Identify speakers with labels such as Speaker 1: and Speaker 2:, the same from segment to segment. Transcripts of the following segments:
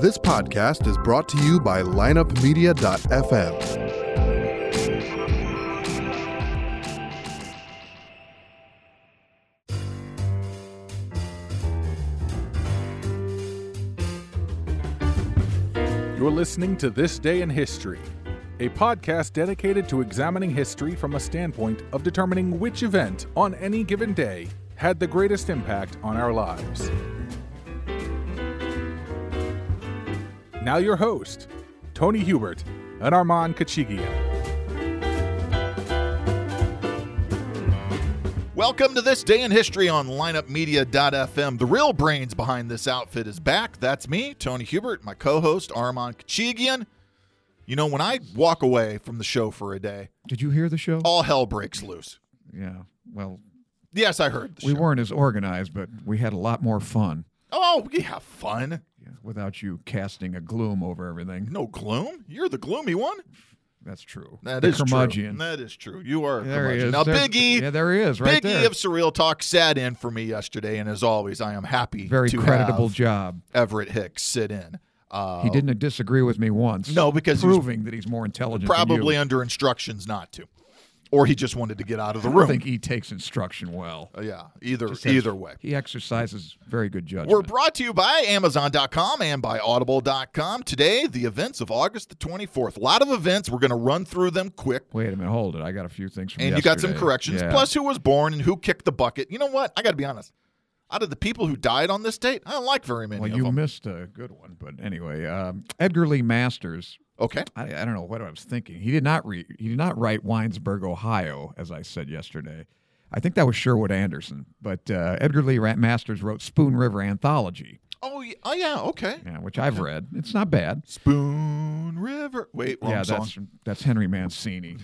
Speaker 1: This podcast is brought to you by lineupmedia.fm.
Speaker 2: You're listening to This Day in History, a podcast dedicated to examining history from a standpoint of determining which event on any given day had the greatest impact on our lives. Now, your host, Tony Hubert and Armand Kachigian.
Speaker 3: Welcome to this day in history on lineupmedia.fm. The real brains behind this outfit is back. That's me, Tony Hubert, my co host, Armand Kachigian. You know, when I walk away from the show for a day,
Speaker 4: Did you hear the show?
Speaker 3: all hell breaks loose.
Speaker 4: Yeah. Well,
Speaker 3: Yes, I heard the
Speaker 4: we
Speaker 3: show.
Speaker 4: weren't as organized, but we had a lot more fun
Speaker 3: Oh, we have fun.
Speaker 4: yeah, without you casting a gloom over everything.
Speaker 3: No gloom. You're the gloomy one.
Speaker 4: That's true.
Speaker 3: That
Speaker 4: the
Speaker 3: is
Speaker 4: curmudgeon.
Speaker 3: true. That is true. You are a
Speaker 4: There he
Speaker 3: curmudgeon.
Speaker 4: is.
Speaker 3: Now,
Speaker 4: There-
Speaker 3: Big E,
Speaker 4: Yeah, there he is, right
Speaker 3: Big E
Speaker 4: there.
Speaker 3: of Surreal Talk sat in for me yesterday, and as always, I am happy
Speaker 4: Very
Speaker 3: to
Speaker 4: creditable
Speaker 3: have
Speaker 4: job.
Speaker 3: Everett Hicks sit in. Uh,
Speaker 4: He didn't disagree with me once.
Speaker 3: No, because he was
Speaker 4: proving that he's more intelligent.
Speaker 3: probably
Speaker 4: than you.
Speaker 3: under instructions not to, or he just wanted to get out of the
Speaker 4: I don't
Speaker 3: room.
Speaker 4: think he takes instruction well.
Speaker 3: Uh, yeah, either
Speaker 4: Just has-
Speaker 3: either way.
Speaker 4: he exercises very good judgment.
Speaker 3: We're brought to you by Amazon.com and by Audible.com. Today, the events of August the 24th. A lot of events. We're going to run through them quick.
Speaker 4: Wait a minute, hold it. I got a few things from
Speaker 3: And you got some
Speaker 4: yesterday.
Speaker 3: corrections.
Speaker 4: Yeah.
Speaker 3: Plus, who was born and who kicked the bucket. You know what? I got to be honest. Out of the people who died on this date, I don't like very many
Speaker 4: well,
Speaker 3: of
Speaker 4: you
Speaker 3: them.
Speaker 4: missed a good one, but anyway, um, Edgar Lee Masters
Speaker 3: okay.
Speaker 4: I, I don't know what I was thinking. He did not re- he did not write Winesburg, Ohio, as I said yesterday. I think that was Sherwood Anderson, but uh, Edgar Lee Ra- Masters wrote Spoon River Anthology,
Speaker 3: Oh, yeah. Oh, yeah. Okay.
Speaker 4: yeah, which I've read. It's not bad.
Speaker 3: Spoon River. Wait, wrong
Speaker 4: yeah,
Speaker 3: song.
Speaker 4: that's that's Henry Mancini.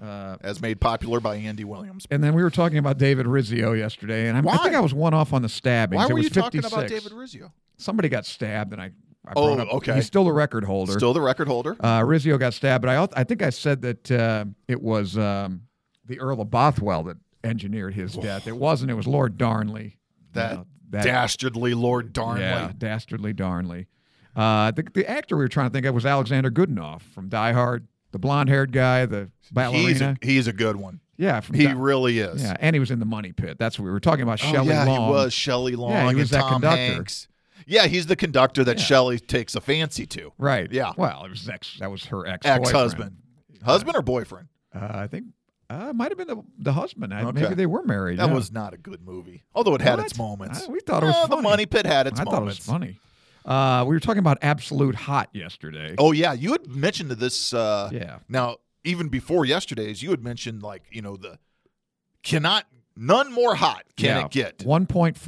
Speaker 4: Uh,
Speaker 3: As made popular by Andy Williams.
Speaker 4: and then we were talking about David Rizzio yesterday, and I'm, I
Speaker 3: Why?
Speaker 4: think I was one off on the stabbings.
Speaker 3: Why
Speaker 4: it
Speaker 3: were
Speaker 4: was
Speaker 3: you
Speaker 4: 56.
Speaker 3: talking about David Rizzio?
Speaker 4: Somebody got stabbed, and I. I
Speaker 3: Oh,
Speaker 4: brought up,
Speaker 3: okay.
Speaker 4: He's still a record holder.
Speaker 3: Still the record holder.
Speaker 4: Uh, Rizzio got stabbed, but I, al- I think I said that uh, it was um, the Earl of Bothwell that engineered his death. It wasn't. It was Lord Darnley.
Speaker 3: That
Speaker 4: No,
Speaker 3: dastardly Lord Darnley.
Speaker 4: yeah, dastardly Darnley. Uh, the, the actor we were trying to think of was Alexander Goodenough from Die Hard, the blonde-haired guy, the ballerina.
Speaker 3: He's a, he's a good one.
Speaker 4: yeah, from
Speaker 3: He
Speaker 4: Die-
Speaker 3: really is.
Speaker 4: yeah, and he was in the Money Pit. That's what we were talking about.
Speaker 3: Oh,
Speaker 4: Shelley
Speaker 3: yeah,
Speaker 4: Long.
Speaker 3: he was Shelley Long
Speaker 4: he
Speaker 3: and
Speaker 4: was that
Speaker 3: Tom
Speaker 4: conductor.
Speaker 3: Hanks. Yeah, he's the conductor that Shelley takes a fancy to.
Speaker 4: Right.
Speaker 3: Yeah.
Speaker 4: Well, it was ex. That was her ex.
Speaker 3: Ex-husband, husband or boyfriend.
Speaker 4: Uh, I think uh, it might have been the, the husband. I,
Speaker 3: Okay.
Speaker 4: Maybe they were married.
Speaker 3: That
Speaker 4: yeah.
Speaker 3: was not a good movie, although it had its
Speaker 4: What?
Speaker 3: moments.
Speaker 4: I- we thought it was
Speaker 3: Eh, The
Speaker 4: funny.
Speaker 3: Money Pit had its
Speaker 4: I thought it was
Speaker 3: moments.
Speaker 4: funny. Uh, we were talking about absolute hot yesterday.
Speaker 3: Oh yeah, you had mentioned to this. Uh,
Speaker 4: Yeah.
Speaker 3: Now, even before yesterday's, you had mentioned like you know the cannot none more hot can
Speaker 4: Yeah.
Speaker 3: it get?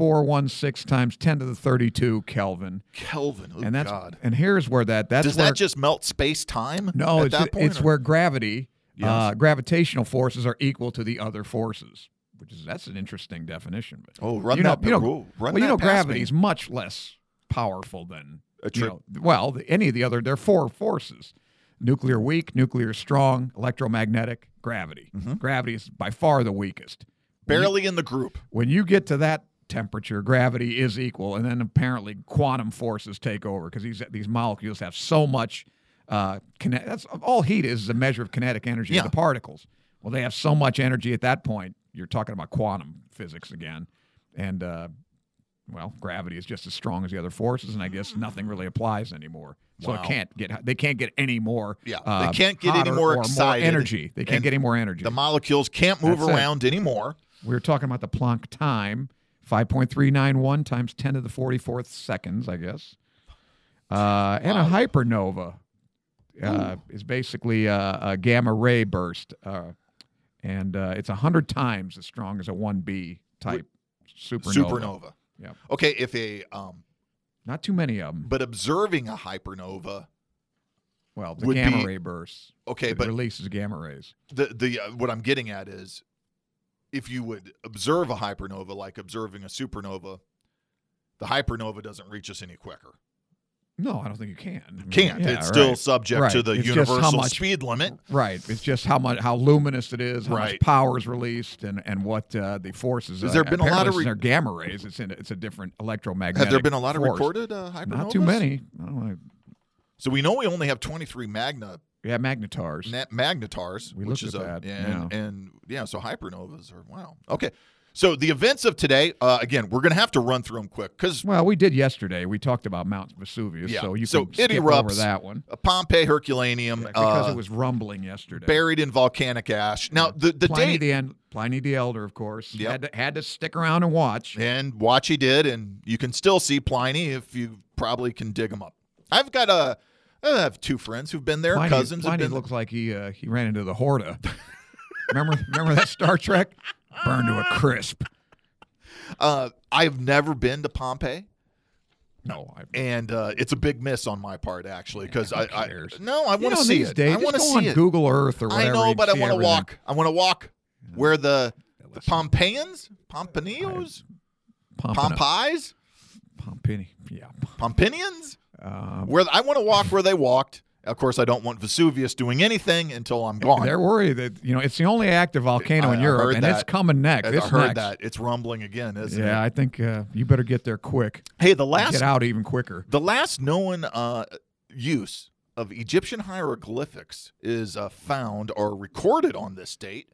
Speaker 4: 1.416 times 10 to the 32 Kelvin.
Speaker 3: Kelvin. Oh
Speaker 4: and that's
Speaker 3: God.
Speaker 4: and here's where that that's
Speaker 3: Does
Speaker 4: where,
Speaker 3: that just melt space time?
Speaker 4: No,
Speaker 3: at
Speaker 4: it's
Speaker 3: that point,
Speaker 4: it's
Speaker 3: or-
Speaker 4: where gravity uh,
Speaker 3: Yes.
Speaker 4: gravitational forces are equal to the other forces, which is that's an interesting definition. But
Speaker 3: Oh, run
Speaker 4: you know,
Speaker 3: that.
Speaker 4: you know,
Speaker 3: ooh, run
Speaker 4: well, you
Speaker 3: that
Speaker 4: know
Speaker 3: past me.
Speaker 4: gravity is much less powerful than
Speaker 3: A
Speaker 4: you
Speaker 3: tri-
Speaker 4: know, well, the, any of the other there are four forces. Nuclear weak, nuclear strong, electromagnetic, gravity.
Speaker 3: Mm-hmm.
Speaker 4: Gravity is by far the weakest.
Speaker 3: barely in the group.
Speaker 4: when you get to that temperature, gravity is equal, and then apparently quantum forces take over because these these molecules have so much. Uh, kinet- that's all heat is is a measure of kinetic energy
Speaker 3: Yeah.
Speaker 4: of the particles. Well, they have so much energy at that point. You're talking about quantum physics again, and uh, well, gravity is just as strong as the other forces, and I guess nothing really applies anymore. So
Speaker 3: Wow.
Speaker 4: it can't get they can't get any more.
Speaker 3: Yeah, they
Speaker 4: uh,
Speaker 3: can't get any
Speaker 4: hotter
Speaker 3: more
Speaker 4: or
Speaker 3: excited.
Speaker 4: energy. They can't
Speaker 3: And
Speaker 4: get any more energy.
Speaker 3: The molecules can't move
Speaker 4: That's it.
Speaker 3: around anymore.
Speaker 4: We were talking about the Planck time, 5.391 times 10 to the 44th seconds, I guess. Uh, and a hypernova uh, is basically a, a gamma ray burst, uh, and uh, it's 100 times as strong as a 1B type supernova.
Speaker 3: Supernova.
Speaker 4: Yeah.
Speaker 3: Okay, if a um,
Speaker 4: Not too many of them.
Speaker 3: but observing a hypernova.
Speaker 4: Well, the
Speaker 3: would
Speaker 4: gamma
Speaker 3: be-
Speaker 4: ray bursts.
Speaker 3: Okay,
Speaker 4: it
Speaker 3: but
Speaker 4: releases gamma rays.
Speaker 3: the the uh, what I'm getting at is, if you would observe a hypernova like observing a supernova, the hypernova doesn't reach us any quicker.
Speaker 4: No, I don't think you can. I mean,
Speaker 3: Can't.
Speaker 4: Mm, yeah,
Speaker 3: it's still
Speaker 4: right.
Speaker 3: subject to
Speaker 4: Right.
Speaker 3: the
Speaker 4: It's just how
Speaker 3: universal
Speaker 4: much-
Speaker 3: speed limit.
Speaker 4: Right. It's just how much how luminous it is, how
Speaker 3: Right.
Speaker 4: much power is released, and and what uh, the forces.
Speaker 3: Has
Speaker 4: uh,
Speaker 3: there been a lot
Speaker 4: apparently
Speaker 3: of re-
Speaker 4: since they're gamma rays? It's in it's a different electromagnetic.
Speaker 3: Have there been a lot of
Speaker 4: force.
Speaker 3: recorded uh, hypernovas?
Speaker 4: Not too many. I don't know,
Speaker 3: So we know we only have 23 Magna
Speaker 4: Yeah, magnetars.
Speaker 3: na- magnetars,
Speaker 4: We
Speaker 3: which
Speaker 4: looked
Speaker 3: is
Speaker 4: at
Speaker 3: a
Speaker 4: that,
Speaker 3: and, and yeah, so hypernovas are wow. Okay, so the events of today, uh, again, we're gonna have to run through them quick because
Speaker 4: Well, we did yesterday. We talked about Mount Vesuvius,
Speaker 3: Yeah,
Speaker 4: so you
Speaker 3: so
Speaker 4: can
Speaker 3: it
Speaker 4: skip over
Speaker 3: erupts.
Speaker 4: that one
Speaker 3: Pompeii Herculaneum
Speaker 4: Yeah, because
Speaker 3: uh,
Speaker 4: it was rumbling yesterday.
Speaker 3: buried in volcanic ash. Now the the
Speaker 4: Pliny
Speaker 3: date
Speaker 4: the End, Pliny the Elder, of course,
Speaker 3: Yep.
Speaker 4: had to had to stick around and watch.
Speaker 3: and watch he did, and you can still see Pliny if you probably can dig him up. I've got a I have two friends who've been there,
Speaker 4: Pliny,
Speaker 3: cousins have
Speaker 4: Pliny
Speaker 3: been
Speaker 4: looks like he uh, he ran into the Horta. remember, remember that Star Trek? Burned to a crisp.
Speaker 3: Uh, I've never been to Pompeii.
Speaker 4: No, I,
Speaker 3: and uh, it's a big miss on my part actually because
Speaker 4: Yeah, who
Speaker 3: I, I
Speaker 4: cares?
Speaker 3: no I want
Speaker 4: you know,
Speaker 3: to see
Speaker 4: these
Speaker 3: it.
Speaker 4: days,
Speaker 3: I want to
Speaker 4: just go
Speaker 3: see
Speaker 4: on
Speaker 3: it.
Speaker 4: Google Earth or
Speaker 3: I
Speaker 4: whatever.
Speaker 3: know,
Speaker 4: and
Speaker 3: but I
Speaker 4: see
Speaker 3: want to
Speaker 4: everything.
Speaker 3: walk. I want to walk where the the Pompeians, Pompeians,
Speaker 4: Pompano-
Speaker 3: Pompeis,
Speaker 4: Pompini. Yeah.
Speaker 3: Pompeians.
Speaker 4: Um,
Speaker 3: Where I want to walk where they walked. Of course, I don't want Vesuvius doing anything until I'm gone.
Speaker 4: they're worried that you know it's the only active volcano
Speaker 3: I-
Speaker 4: in
Speaker 3: I
Speaker 4: Europe,
Speaker 3: heard
Speaker 4: and it's
Speaker 3: that.
Speaker 4: coming next.
Speaker 3: I
Speaker 4: It's
Speaker 3: heard
Speaker 4: next.
Speaker 3: that it's rumbling again, isn't
Speaker 4: Yeah,
Speaker 3: it?
Speaker 4: I think uh, you better get there quick.
Speaker 3: Hey, the
Speaker 4: Get
Speaker 3: last
Speaker 4: out even quicker.
Speaker 3: the last known uh, use of Egyptian hieroglyphics is uh, found or recorded on this date.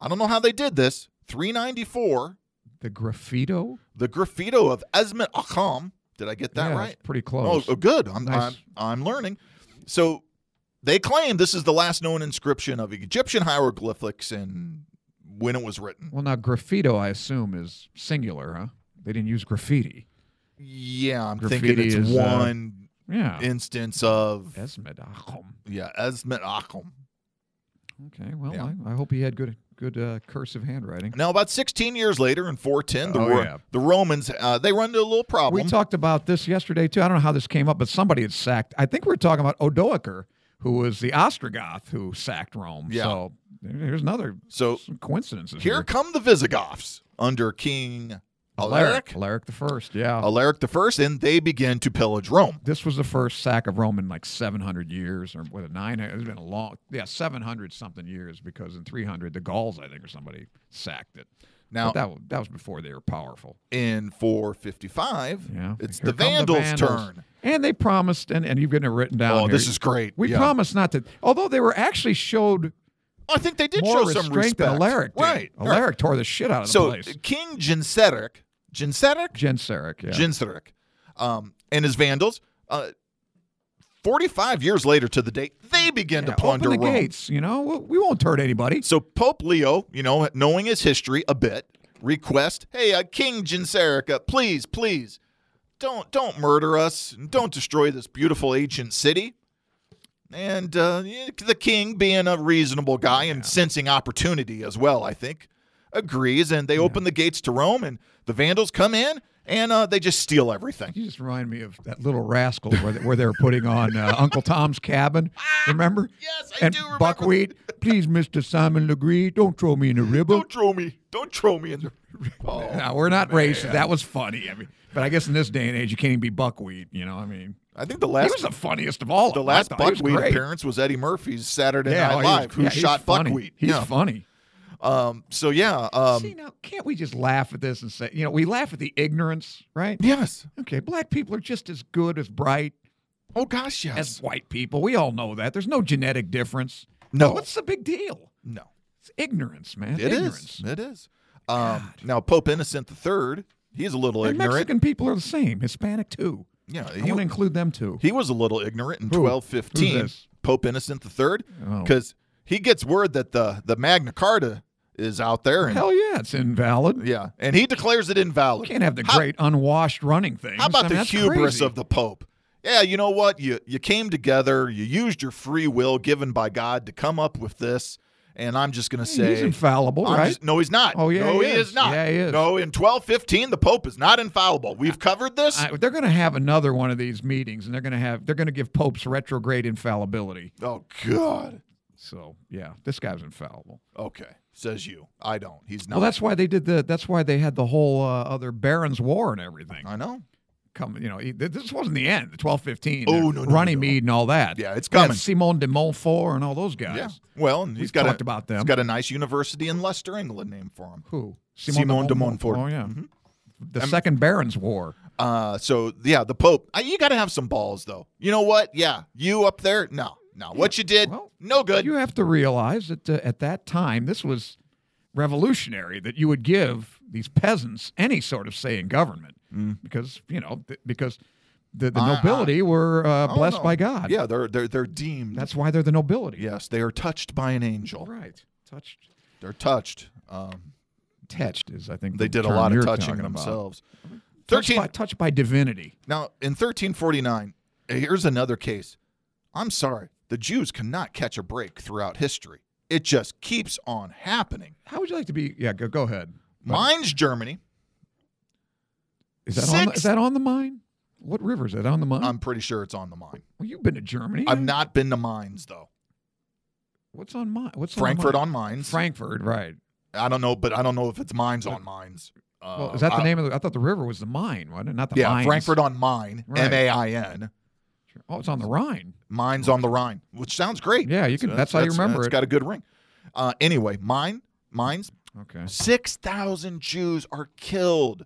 Speaker 3: I don't know how they did this. 394,
Speaker 4: The graffito.
Speaker 3: the graffito of Esmet Akam. Did I get that
Speaker 4: yeah,
Speaker 3: right?
Speaker 4: It's pretty
Speaker 3: Oh,
Speaker 4: close.
Speaker 3: oh, good. I'm,
Speaker 4: Nice.
Speaker 3: I'm I'm learning. So they claim this is the last known inscription of Egyptian hieroglyphics and when it was written.
Speaker 4: Well, now graffito, I assume, is singular, huh? They didn't use graffiti.
Speaker 3: Yeah, I'm thinking
Speaker 4: Graffiti
Speaker 3: it's
Speaker 4: is, uh,
Speaker 3: one
Speaker 4: Yeah.
Speaker 3: instance of
Speaker 4: Esmedachum.
Speaker 3: yeah Esmet Akam.
Speaker 4: Okay. Well,
Speaker 3: Yeah.
Speaker 4: I, I hope he had good good uh, cursive handwriting.
Speaker 3: Now, about 16 years later, in 410, the,
Speaker 4: Oh,
Speaker 3: Ro-
Speaker 4: yeah.
Speaker 3: the Romans uh, they run into a little problem.
Speaker 4: We talked about this yesterday too. I don't know how this came up, but somebody had sacked. I think we were talking about Odoacer, who was the Ostrogoth who sacked Rome.
Speaker 3: Yeah.
Speaker 4: So there- there's another
Speaker 3: so
Speaker 4: some coincidences
Speaker 3: here
Speaker 4: here.
Speaker 3: come the Visigoths under King Alaric,
Speaker 4: Alaric the First. Yeah.
Speaker 3: Alaric the First, and they begin to pillage Rome.
Speaker 4: this was the first sack of Rome in like 700 years, or what, nine? It's been a long, yeah, 700 something years because in 300 the Gauls, I think, or somebody sacked it.
Speaker 3: Now,
Speaker 4: but that wa- that was before they were powerful.
Speaker 3: in 455,
Speaker 4: Yeah,
Speaker 3: it's
Speaker 4: Here
Speaker 3: the
Speaker 4: come
Speaker 3: Vandals',
Speaker 4: Vandals.
Speaker 3: turn.
Speaker 4: and they promised, and and you've got it written down.
Speaker 3: Oh,
Speaker 4: here.
Speaker 3: this is great.
Speaker 4: We
Speaker 3: Yeah.
Speaker 4: promised not to, although they were actually showed
Speaker 3: I think they did
Speaker 4: more
Speaker 3: show some
Speaker 4: restraint
Speaker 3: respect.
Speaker 4: than Alaric did.
Speaker 3: right? right.
Speaker 4: Alaric tore the shit out of the
Speaker 3: So
Speaker 4: place.
Speaker 3: King Genseric, Genseric,
Speaker 4: Genseric, yeah.
Speaker 3: Genseric, um, and his Vandals. Uh, 45 years later to the date, they begin
Speaker 4: Yeah,
Speaker 3: to plunder
Speaker 4: open the
Speaker 3: Rome.
Speaker 4: gates, you know. We- We won't hurt anybody.
Speaker 3: So Pope Leo, you know, knowing his history a bit, request, "Hey, uh, King Genserica, please, please, don't don't murder us, and don't destroy this beautiful ancient city." And uh, the king, being a reasonable guy and sensing opportunity as well, I think, agrees, and they open the gates to Rome, and the Vandals come in, and uh, they just steal everything.
Speaker 4: You just remind me of that little rascal where they, where they were putting on uh, Uncle Tom's Cabin. Remember?
Speaker 3: Ah, yes, I
Speaker 4: and
Speaker 3: do remember
Speaker 4: Buckwheat, please, Mr. Simon Legree, don't throw me in a river.
Speaker 3: Don't throw me! Don't throw me in the. Oh.
Speaker 4: No, we're not racist. That was funny. I mean, but I guess in this day and age, you can't even be Buckwheat. You know, I mean,
Speaker 3: I think the
Speaker 4: he
Speaker 3: last
Speaker 4: was the funniest of all. of
Speaker 3: The
Speaker 4: them. I
Speaker 3: last
Speaker 4: thought he was
Speaker 3: buckwheat
Speaker 4: great.
Speaker 3: appearance was Eddie Murphy's Saturday
Speaker 4: Yeah,
Speaker 3: Night
Speaker 4: oh, he was-
Speaker 3: Live, who
Speaker 4: yeah, he's
Speaker 3: shot
Speaker 4: funny.
Speaker 3: buckwheat.
Speaker 4: He's
Speaker 3: yeah.
Speaker 4: funny.
Speaker 3: Um, so yeah. Um,
Speaker 4: See now, can't we just laugh at this and say, you know, we laugh at the ignorance, right?
Speaker 3: yes.
Speaker 4: Okay, black people are just as good as bright
Speaker 3: Oh gosh, yes.
Speaker 4: as white people. We all know that. There's no genetic difference.
Speaker 3: No.
Speaker 4: What's the big deal?
Speaker 3: no,
Speaker 4: It's ignorance, man.
Speaker 3: it
Speaker 4: ignorance.
Speaker 3: is. It is. Um, now Pope Innocent III, he's a little
Speaker 4: And
Speaker 3: ignorant.
Speaker 4: Mexican people are the same. Hispanic too.
Speaker 3: Yeah,
Speaker 4: I want to
Speaker 3: he,
Speaker 4: include them too.
Speaker 3: he was a little ignorant in
Speaker 4: Who?
Speaker 3: 1215.
Speaker 4: Who's this?
Speaker 3: Pope Innocent III,
Speaker 4: Oh.
Speaker 3: because he gets word that the the Magna Carta is out there, and
Speaker 4: Hell yeah, it's invalid.
Speaker 3: yeah, and he declares it invalid.
Speaker 4: You can't have the
Speaker 3: How-
Speaker 4: great unwashed running things.
Speaker 3: How
Speaker 4: I
Speaker 3: about
Speaker 4: mean,
Speaker 3: the
Speaker 4: that's
Speaker 3: hubris
Speaker 4: crazy.
Speaker 3: of the Pope? Yeah, you know what? You you came together, you used your free will given by God to come up with this, and I'm just gonna say
Speaker 4: He's infallible,
Speaker 3: I'm
Speaker 4: right?
Speaker 3: just- no, he's not.
Speaker 4: Oh, yeah,
Speaker 3: no,
Speaker 4: he
Speaker 3: he,
Speaker 4: is.
Speaker 3: not.
Speaker 4: Yeah, he is.
Speaker 3: No, in 1215, the Pope is not infallible. We've covered this.
Speaker 4: I- they're going to have another one of these meetings, and they're going to have they're going to give popes retrograde infallibility.
Speaker 3: oh God.
Speaker 4: So yeah, this guy's infallible.
Speaker 3: Okay, says you. I don't. He's not.
Speaker 4: Well, that's why they did the that's why they had the whole uh, other Barons' War and everything.
Speaker 3: I know.
Speaker 4: Come, you know, he- th- this wasn't the end. The twelve fifteen.
Speaker 3: Oh, no, no, no,
Speaker 4: Runnymede and all that.
Speaker 3: Yeah, it's
Speaker 4: We had
Speaker 3: coming.
Speaker 4: Simon de Montfort and all those guys.
Speaker 3: Yeah. Well, and
Speaker 4: We've
Speaker 3: he's got
Speaker 4: talked
Speaker 3: a,
Speaker 4: about them.
Speaker 3: He's got a nice university in Leicester, England, named for him.
Speaker 4: Who?
Speaker 3: Simon de Montfort. Mm-hmm.
Speaker 4: Oh yeah. The Second Barons' War.
Speaker 3: Uh, so yeah, the Pope. I, you got to have some balls, though. You know what? Yeah, you up there? No, no. What you did?
Speaker 4: well,
Speaker 3: no good.
Speaker 4: You have to realize that uh, at that time, this was revolutionary that you would give these peasants any sort of say in government
Speaker 3: Mm.
Speaker 4: because, you know, th- because the, the
Speaker 3: I- I-
Speaker 4: nobility were
Speaker 3: Ah,
Speaker 4: uh,
Speaker 3: Oh,
Speaker 4: blessed
Speaker 3: no.
Speaker 4: by God.
Speaker 3: Yeah, they're they're they're deemed.
Speaker 4: That's why they're the nobility.
Speaker 3: yes, they are touched by an angel.
Speaker 4: Right. Touched.
Speaker 3: They're touched. Um,
Speaker 4: Touched is, I think,
Speaker 3: they
Speaker 4: the
Speaker 3: did a
Speaker 4: term
Speaker 3: lot of
Speaker 4: you're
Speaker 3: touching
Speaker 4: talking about.
Speaker 3: themselves.
Speaker 4: Touched
Speaker 3: Thirteen.
Speaker 4: by, touched by divinity.
Speaker 3: Now, in 1349, here's another case. I'm sorry, the Jews cannot catch a break throughout history. It just keeps on happening.
Speaker 4: How would you like to be? Yeah, go, go ahead.
Speaker 3: Mine's Germany.
Speaker 4: Is that, on the,
Speaker 3: Six-
Speaker 4: is that on the mine? What river is that on the mine?
Speaker 3: I'm pretty sure it's on the mine.
Speaker 4: well, you've been to Germany.
Speaker 3: I've not been to mines though.
Speaker 4: What's on mine? What's
Speaker 3: Frankfurt
Speaker 4: on,
Speaker 3: on mines.
Speaker 4: Frankfurt, right?
Speaker 3: I don't know, but I don't know if it's mines on mines. Uh,
Speaker 4: Well, is that the
Speaker 3: I-
Speaker 4: name of the? I thought the river was the mine, wasn't it? Not the
Speaker 3: Yeah,
Speaker 4: mines.
Speaker 3: Frankfurt on Mine,
Speaker 4: Right.
Speaker 3: M A I N.
Speaker 4: Oh, it's on the Rhine.
Speaker 3: Mines on the Rhine, which sounds great.
Speaker 4: Yeah, you can. that's, how you remember
Speaker 3: It's
Speaker 4: it.
Speaker 3: got a good ring. Uh, anyway, mine, mines,
Speaker 4: okay.
Speaker 3: 6,000 Jews are killed.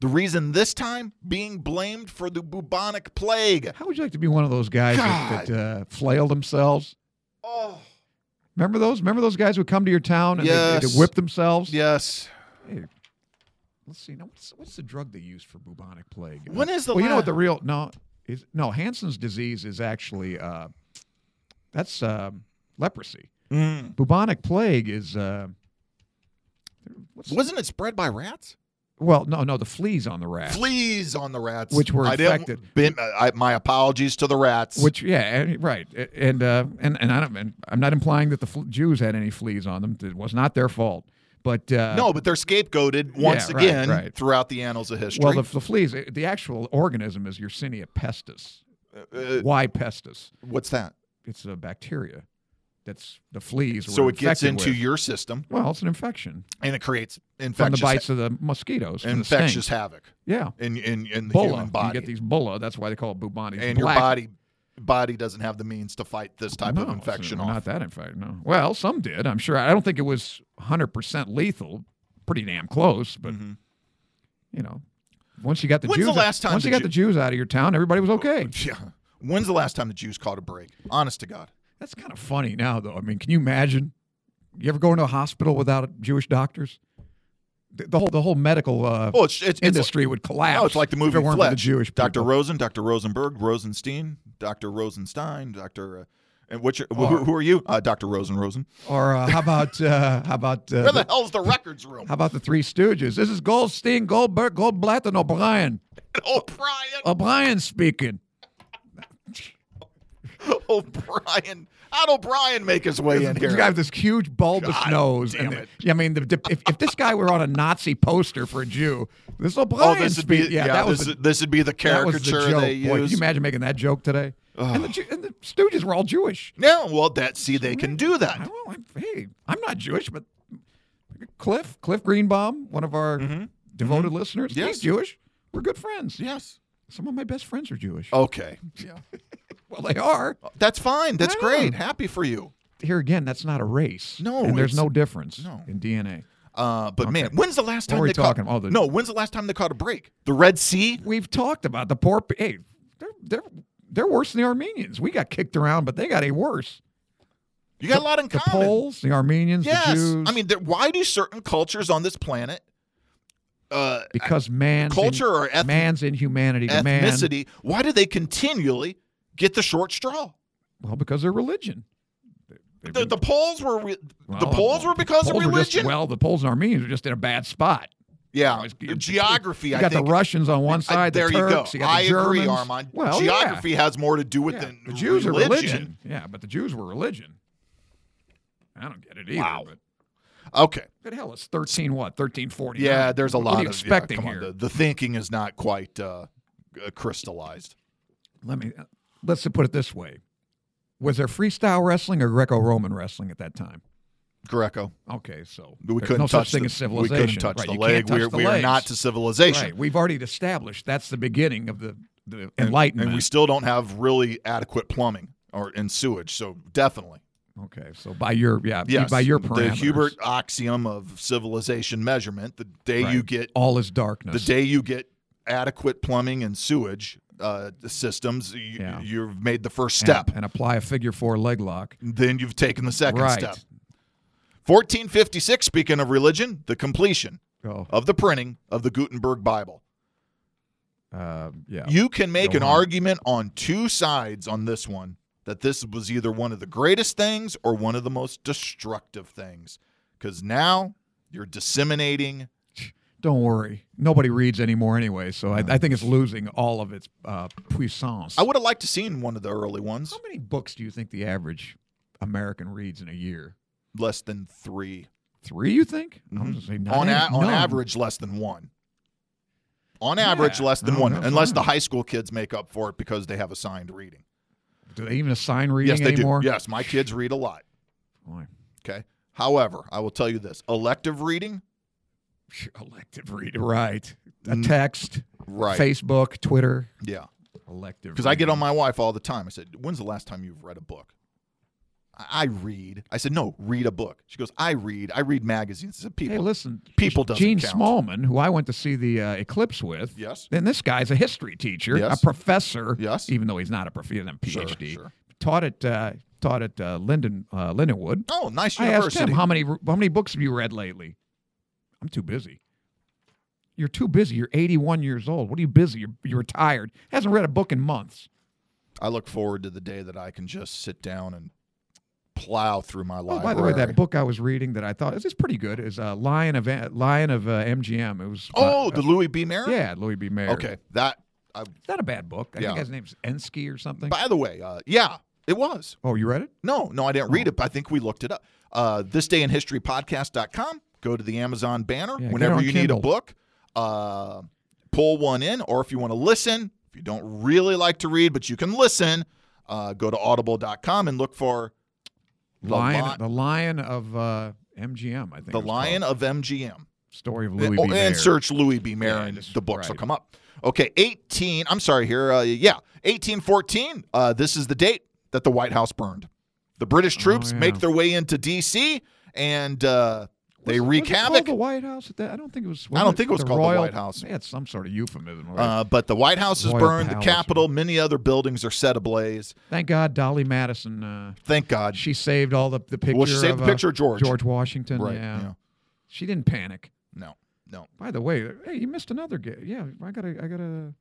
Speaker 3: The reason this time being blamed for the bubonic plague.
Speaker 4: How would you like to be one of those guys that,
Speaker 3: God.
Speaker 4: that uh, flail themselves?
Speaker 3: Oh,
Speaker 4: Remember those? Remember those guys who come to your town and they- they,
Speaker 3: Yes.
Speaker 4: they whip themselves?
Speaker 3: yes.
Speaker 4: Hey, let's see. Now, what's what's the drug they use for bubonic plague?
Speaker 3: When is the
Speaker 4: well, you know
Speaker 3: la-
Speaker 4: what the real no is no Hansen's disease is actually uh, that's um leprosy.
Speaker 3: Mm.
Speaker 4: Bubonic plague is uh, what's
Speaker 3: Wasn't it spread by rats?
Speaker 4: well no no the fleas on the rat.
Speaker 3: Fleas on the rats.
Speaker 4: Which were
Speaker 3: I didn't-
Speaker 4: infected.
Speaker 3: been- uh, I, my apologies to the rats.
Speaker 4: Which yeah and- right A- and uh, and and I don't and I'm not implying that the fl- Jews had any fleas on them. It was not their fault. But uh,
Speaker 3: no, but they're scapegoated once
Speaker 4: Yeah, right,
Speaker 3: again
Speaker 4: right.
Speaker 3: throughout the annals of history.
Speaker 4: Well, the, the fleas, uh, the actual organism is Yersinia pestis.
Speaker 3: Uh,
Speaker 4: Why pestis?
Speaker 3: what's that?
Speaker 4: It's a bacteria. That's the fleas. were
Speaker 3: So it gets
Speaker 4: infected
Speaker 3: into
Speaker 4: with.
Speaker 3: your system
Speaker 4: Well, it's an infection
Speaker 3: and it creates
Speaker 4: from the
Speaker 3: infectious,
Speaker 4: bites of the mosquitoes. from the stings.
Speaker 3: infectious havoc
Speaker 4: Yeah.
Speaker 3: in, in, in the
Speaker 4: Bulla.
Speaker 3: human body.
Speaker 4: You get these bulla. That's why they call it bubonic.
Speaker 3: and
Speaker 4: black.
Speaker 3: your body body doesn't have the means to fight this type
Speaker 4: no,
Speaker 3: of infection
Speaker 4: certainly Not
Speaker 3: off.
Speaker 4: that infection. No. Well, some did. I'm sure. I don't think it was 100% lethal. Pretty damn close, but
Speaker 3: Mhm.
Speaker 4: you know, once you got the
Speaker 3: When's the
Speaker 4: Jews,
Speaker 3: last time Oh,
Speaker 4: once
Speaker 3: the
Speaker 4: you got
Speaker 3: Ju-
Speaker 4: the Jews out of your town, everybody was okay.
Speaker 3: Yeah. When's the last time the Jews caught a break? Honest to God.
Speaker 4: That's kind of funny now, though. I mean, can you imagine? You ever go into a hospital without Jewish doctors? The, the whole the whole medical uh,
Speaker 3: Oh, it's it's, it's
Speaker 4: industry would collapse.
Speaker 3: no, it's like the
Speaker 4: if
Speaker 3: movie
Speaker 4: it weren't for
Speaker 3: Fletch.
Speaker 4: the Jewish
Speaker 3: Dr.
Speaker 4: people.
Speaker 3: Rosen, Dr. Rosenberg, Rosenstein, Dr. Rosenstein, Dr. Uh, and what's your, who,
Speaker 4: Or-
Speaker 3: who are you? Uh, Dr. Rosen Rosen.
Speaker 4: Or uh, how about uh, how about uh,
Speaker 3: Where the
Speaker 4: the-
Speaker 3: hell's the records room?
Speaker 4: how about the Three Stooges? This is Goldstein, Goldberg, Goldblatt, and O'Brien.
Speaker 3: Oh, O'Brien.
Speaker 4: O'Brien uh, speaking.
Speaker 3: O'Brien. Oh, How'd O'Brien make his way in
Speaker 4: This
Speaker 3: here?
Speaker 4: guy with this huge bulbous
Speaker 3: God
Speaker 4: nose.
Speaker 3: damn
Speaker 4: and
Speaker 3: it.
Speaker 4: the- I mean, the, the- if, if this guy were on a Nazi poster for a Jew, this O'Brien
Speaker 3: oh, this would be
Speaker 4: speak- yeah, that was
Speaker 3: this,
Speaker 4: the-
Speaker 3: would- this would be the
Speaker 4: That was
Speaker 3: caricature
Speaker 4: the joke.
Speaker 3: they
Speaker 4: Boy,
Speaker 3: use.
Speaker 4: could you imagine making that joke today? And the, Ju- and the Stooges were all Jewish.
Speaker 3: no, well, that see, they can do
Speaker 4: I
Speaker 3: that.
Speaker 4: don't know, I'm, hey, I'm not Jewish, but Cliff, Cliff Greenbaum, one of our devoted listeners,
Speaker 3: Mm-hmm. Yes.
Speaker 4: he's Jewish. We're good friends.
Speaker 3: Yes. Oh.
Speaker 4: Some of my best friends are Jewish.
Speaker 3: Okay,
Speaker 4: Well, they are.
Speaker 3: that's fine. That's
Speaker 4: I know.
Speaker 3: great. Happy for you.
Speaker 4: Here again, that's not a race.
Speaker 3: No,
Speaker 4: and there's
Speaker 3: it's-
Speaker 4: no difference
Speaker 3: no.
Speaker 4: in DNA.
Speaker 3: Uh, but man, when's the last
Speaker 4: What
Speaker 3: time
Speaker 4: were we
Speaker 3: they caught?
Speaker 4: talking about? Oh, the-
Speaker 3: no, when's the last time they caught a break? The Red Sea.
Speaker 4: We've talked about the poor. pe- Hey, they're they're they're worse than the Armenians. We got kicked around, but they got a worse.
Speaker 3: You got a lot in
Speaker 4: The
Speaker 3: common.
Speaker 4: Poles, the Armenians, the
Speaker 3: yes.
Speaker 4: Jews.
Speaker 3: I mean, there- why do certain cultures on this planet, uh,
Speaker 4: because man's in-
Speaker 3: culture or eth-
Speaker 4: man's inhumanity to man.
Speaker 3: ethnicity, why do they continually get the short straw?
Speaker 4: Well, because they're religion. They- they've
Speaker 3: The,
Speaker 4: been-
Speaker 3: the polls were re- the
Speaker 4: well,
Speaker 3: polls were because
Speaker 4: Poles
Speaker 3: of
Speaker 4: were just-
Speaker 3: religion.
Speaker 4: well, the Poles and Armenians are just in a bad spot.
Speaker 3: yeah,
Speaker 4: It's- it's-
Speaker 3: geography.
Speaker 4: You
Speaker 3: I
Speaker 4: got
Speaker 3: think
Speaker 4: the Russians on one
Speaker 3: I-
Speaker 4: side.
Speaker 3: there
Speaker 4: the
Speaker 3: you go.
Speaker 4: Turks, You got
Speaker 3: I
Speaker 4: the
Speaker 3: agree,
Speaker 4: Germans.
Speaker 3: Armand.
Speaker 4: Well, yeah.
Speaker 3: geography has more to do with
Speaker 4: Yeah,
Speaker 3: than
Speaker 4: the Jews
Speaker 3: religion.
Speaker 4: are religion. Yeah, but the Jews were religion. I don't get it either.
Speaker 3: Wow.
Speaker 4: But,
Speaker 3: Okay.
Speaker 4: but hell, it's thirteen what thirteen forty.
Speaker 3: Yeah, there's a
Speaker 4: what
Speaker 3: lot
Speaker 4: are you
Speaker 3: of
Speaker 4: expecting
Speaker 3: yeah, come on, the,
Speaker 4: here.
Speaker 3: the thinking is not quite uh, uh, crystallized.
Speaker 4: Let me let's put it this way: Was there freestyle wrestling or Greco-Roman wrestling at that time?
Speaker 3: Greco,
Speaker 4: Okay, so
Speaker 3: we
Speaker 4: there's
Speaker 3: couldn't
Speaker 4: no
Speaker 3: touch
Speaker 4: such thing
Speaker 3: the,
Speaker 4: as civilization.
Speaker 3: We couldn't touch
Speaker 4: right,
Speaker 3: the
Speaker 4: you
Speaker 3: leg.
Speaker 4: can't touch
Speaker 3: we're
Speaker 4: the
Speaker 3: we are not
Speaker 4: legs.
Speaker 3: to civilization,
Speaker 4: Right. We've already established that's the beginning of the, the Enlightenment.
Speaker 3: and we still don't have really adequate plumbing or and sewage. So definitely,
Speaker 4: okay, so by your yeah,
Speaker 3: yes,
Speaker 4: by your
Speaker 3: the
Speaker 4: parameters,
Speaker 3: Hubert axiom of civilization measurement. The day
Speaker 4: Right. Oh,
Speaker 3: you get
Speaker 4: all is darkness.
Speaker 3: the day you get adequate plumbing and sewage uh, systems, you,
Speaker 4: Yeah.
Speaker 3: you've made the first
Speaker 4: and-
Speaker 3: step.
Speaker 4: and, apply a figure four leg lock.
Speaker 3: then you've taken the second
Speaker 4: right.
Speaker 3: step. 1456, speaking of religion, the completion
Speaker 4: Oh,
Speaker 3: of the printing of the Gutenberg Bible.
Speaker 4: uh, yeah.
Speaker 3: You can make
Speaker 4: Go
Speaker 3: an
Speaker 4: on.
Speaker 3: argument on two sides on this one that this was either one of the greatest things or one of the most destructive things because now you're disseminating.
Speaker 4: Don't worry. Nobody reads anymore anyway, so I, I think it's losing all of its uh, puissance.
Speaker 3: I would have liked to seen one of the early ones,
Speaker 4: How many books do you think the average American reads in a year?
Speaker 3: less than three.
Speaker 4: Three, you think? I'm
Speaker 3: Mhm.
Speaker 4: gonna say
Speaker 3: on,
Speaker 4: nine,
Speaker 3: a- on
Speaker 4: none.
Speaker 3: average, less than one. On average,
Speaker 4: Yeah.
Speaker 3: less than
Speaker 4: No,
Speaker 3: one,
Speaker 4: that's
Speaker 3: unless the
Speaker 4: right.
Speaker 3: high school kids make up for it because they have assigned reading.
Speaker 4: Do they even assign reading
Speaker 3: yes, they
Speaker 4: anymore?
Speaker 3: do. Yes, my kids read a lot.
Speaker 4: Boy.
Speaker 3: Okay. However, I will tell you this elective reading,
Speaker 4: Elective reading. Right. A
Speaker 3: Mm.
Speaker 4: text,
Speaker 3: right.
Speaker 4: Facebook, Twitter.
Speaker 3: Yeah.
Speaker 4: Elective.
Speaker 3: Because I get on my wife all the time. I said, When's the last time you've read a book? I, I read. I said, No, read a book. She goes, I read. I read magazines. I said, People.
Speaker 4: Hey, listen.
Speaker 3: people doesn't
Speaker 4: Gene
Speaker 3: count.
Speaker 4: Smallman, who I went to see the uh, eclipse with.
Speaker 3: Yes.
Speaker 4: Then this guy's a history teacher,
Speaker 3: Yes.
Speaker 4: a professor.
Speaker 3: Yes.
Speaker 4: Even though he's not a professor, he doesn't have a
Speaker 3: Sure,
Speaker 4: PhD.
Speaker 3: sure.
Speaker 4: Taught at uh, taught at uh, Linden uh, Lindenwood.
Speaker 3: Oh, nice
Speaker 4: I asked him
Speaker 3: university.
Speaker 4: how many how many books have you read lately? I'm too busy. You're too busy. You're 81 years old. What are you busy? You're, you're retired. Hasn't read a book in months.
Speaker 3: I look forward to the day that I can just sit down and plow through my
Speaker 4: Oh,
Speaker 3: library.
Speaker 4: by the way, that book I was reading that I thought this is pretty good is uh, Lion of A- Lion of uh, MGM. It was
Speaker 3: Oh,
Speaker 4: uh,
Speaker 3: the Louis B. Mayer?
Speaker 4: yeah, Louis B. Mayer.
Speaker 3: Okay. That, I,
Speaker 4: It's not a bad book. I
Speaker 3: Yeah.
Speaker 4: think his name's Ensky or something.
Speaker 3: by the way, uh, yeah, it was.
Speaker 4: oh, you read it?
Speaker 3: No, no, I didn't
Speaker 4: Oh.
Speaker 3: read it, but I think we looked it up. Uh, this day in history podcast.com. Go to the Amazon banner
Speaker 4: Yeah, get
Speaker 3: whenever
Speaker 4: on
Speaker 3: you need a
Speaker 4: Kindle.
Speaker 3: book. Uh, pull one in, or if you want to listen, if you don't really like to read, but you can listen, uh, go to audible.com and look for The
Speaker 4: lion,
Speaker 3: Lion-
Speaker 4: the Lion of uh, MGM. I think
Speaker 3: The
Speaker 4: it was
Speaker 3: Lion
Speaker 4: called.
Speaker 3: of MGM.
Speaker 4: Story of Louis
Speaker 3: Oh,
Speaker 4: B. Mayer.
Speaker 3: and search Louis B. Mayer,
Speaker 4: Yeah,
Speaker 3: and
Speaker 4: just
Speaker 3: the books will
Speaker 4: right.
Speaker 3: come up. Okay, 18, I'm sorry here. Uh, yeah, 1814. Uh, this is the date that the White House burned. The British troops
Speaker 4: Oh, yeah.
Speaker 3: make their way into D.C. and uh, they
Speaker 4: Was it- was
Speaker 3: wreak
Speaker 4: it called
Speaker 3: havoc.
Speaker 4: The White House. at that? I don't think it was.
Speaker 3: I don't think it was
Speaker 4: the
Speaker 3: called the
Speaker 4: Royal-
Speaker 3: White House.
Speaker 4: They had some sort of euphemism. right?
Speaker 3: Uh, but the White House is
Speaker 4: Royal
Speaker 3: burned,
Speaker 4: Palace
Speaker 3: the
Speaker 4: or-
Speaker 3: Capitol, many other buildings are set ablaze.
Speaker 4: Thank God, Dolly Madison. Uh,
Speaker 3: Thank God.
Speaker 4: she saved all the the picture.
Speaker 3: Well, she saved
Speaker 4: of,
Speaker 3: the
Speaker 4: uh,
Speaker 3: picture of George.
Speaker 4: George Washington.
Speaker 3: Right.
Speaker 4: Yeah.
Speaker 3: yeah.
Speaker 4: She didn't panic.
Speaker 3: No, no.
Speaker 4: By the way, hey, you missed another. Ga- yeah, I got a, I got a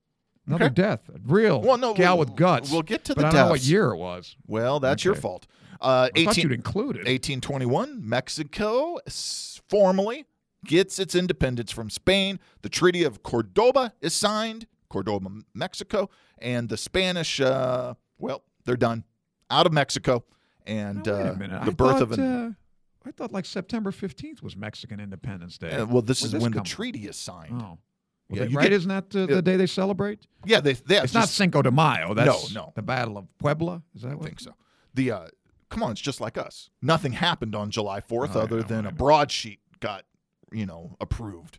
Speaker 4: another
Speaker 3: Okay.
Speaker 4: death. A real
Speaker 3: Well, no,
Speaker 4: gal
Speaker 3: we'll-
Speaker 4: with guts.
Speaker 3: we'll get to
Speaker 4: but
Speaker 3: the
Speaker 4: I don't know what
Speaker 3: deaths.
Speaker 4: year it was.
Speaker 3: Well, that's your
Speaker 4: Okay.
Speaker 3: fault. Uh,
Speaker 4: I thought
Speaker 3: 18,
Speaker 4: you'd include it.
Speaker 3: 1821, Mexico s- formally gets its independence from Spain. The Treaty of Cordoba is signed, Cordoba, M- Mexico, and the Spanish, uh, well, they're done, out of Mexico, and
Speaker 4: Now, wait
Speaker 3: uh,
Speaker 4: a minute.
Speaker 3: the
Speaker 4: I
Speaker 3: birth
Speaker 4: thought,
Speaker 3: of an.
Speaker 4: Uh, I thought like September fifteenth was Mexican Independence Day.
Speaker 3: uh, well, this
Speaker 4: Where'd
Speaker 3: is when the
Speaker 4: come from?
Speaker 3: treaty is signed.
Speaker 4: Oh,
Speaker 3: Yeah,
Speaker 4: yeah, right.
Speaker 3: you get-
Speaker 4: Isn't that uh,
Speaker 3: yeah.
Speaker 4: the day they celebrate?
Speaker 3: Yeah, they, they
Speaker 4: it's not Cinco de Mayo. That's
Speaker 3: no.
Speaker 4: the Battle of Puebla. Is that
Speaker 3: I
Speaker 4: what?
Speaker 3: think so. The uh, come on, it's just like us. Nothing happened on July Fourth
Speaker 4: Oh,
Speaker 3: other
Speaker 4: yeah,
Speaker 3: than a
Speaker 4: right.
Speaker 3: broadsheet got you know approved.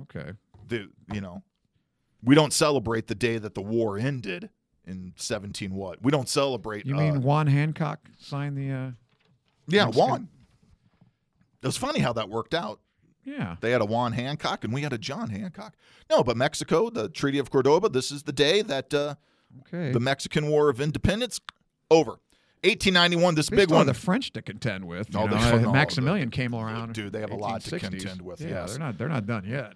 Speaker 4: Okay.
Speaker 3: The you know we don't celebrate the day that the war ended in seventeen what? We don't celebrate.
Speaker 4: You
Speaker 3: uh,
Speaker 4: mean Juan Hancock signed the? Uh,
Speaker 3: yeah,
Speaker 4: Mexican-
Speaker 3: Juan? It was funny how that worked out.
Speaker 4: yeah.
Speaker 3: They had a Juan Hancock and we had a John Hancock. No, but Mexico, the Treaty of Cordoba. This is the day that uh,
Speaker 4: Okay.
Speaker 3: the Mexican War of Independence over. 1891, this
Speaker 4: They
Speaker 3: big
Speaker 4: still
Speaker 3: one.
Speaker 4: have the French to contend with. you
Speaker 3: Oh,
Speaker 4: know,
Speaker 3: they-
Speaker 4: uh,
Speaker 3: no,
Speaker 4: Maximilian
Speaker 3: the-
Speaker 4: came around.
Speaker 3: dude, they have a lot to
Speaker 4: 1860s.
Speaker 3: contend with,
Speaker 4: Yeah,
Speaker 3: yes.
Speaker 4: they're not. They're not done yet.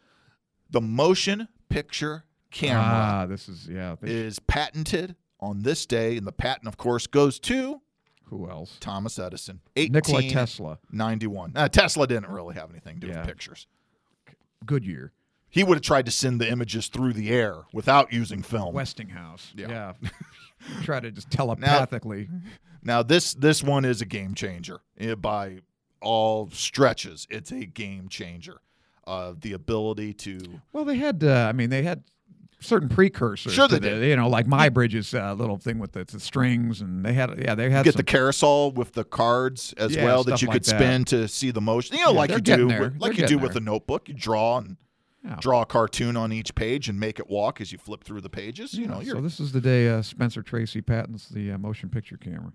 Speaker 3: the motion picture camera
Speaker 4: Ah, this is yeah. they-
Speaker 3: is patented on this day, and the patent, of course, goes to
Speaker 4: who else?
Speaker 3: Thomas Edison.
Speaker 4: Nikola Tesla.
Speaker 3: 1891. Uh, Tesla didn't really have anything to do
Speaker 4: Yeah.
Speaker 3: with pictures.
Speaker 4: Goodyear.
Speaker 3: He would have tried to send the images through the air without using film.
Speaker 4: Westinghouse.
Speaker 3: Yeah.
Speaker 4: Yeah. Try to just telepathically.
Speaker 3: Now this this one is a game changer eh, by all stretches. It's a game changer. Uh, the ability to
Speaker 4: well, they had. Uh, I mean, they had certain precursors.
Speaker 3: Sure
Speaker 4: to
Speaker 3: they
Speaker 4: the- You know, like My Bridges uh, little thing with the, the strings, and they had. Yeah, they had.
Speaker 3: get
Speaker 4: some-
Speaker 3: the carousel with the cards as
Speaker 4: Yeah,
Speaker 3: well that
Speaker 4: stuff
Speaker 3: you could
Speaker 4: like that.
Speaker 3: spin to see the motion. You know,
Speaker 4: Yeah,
Speaker 3: like
Speaker 4: they're
Speaker 3: you do,
Speaker 4: getting there.
Speaker 3: with- like
Speaker 4: They're
Speaker 3: you do
Speaker 4: getting
Speaker 3: with a
Speaker 4: there.
Speaker 3: notebook. You draw and
Speaker 4: Yeah.
Speaker 3: draw a cartoon on each page and make it walk as you flip through the pages. You
Speaker 4: Yeah,
Speaker 3: know, you're
Speaker 4: so this is the day uh, Spencer Tracy patents the uh, motion picture camera.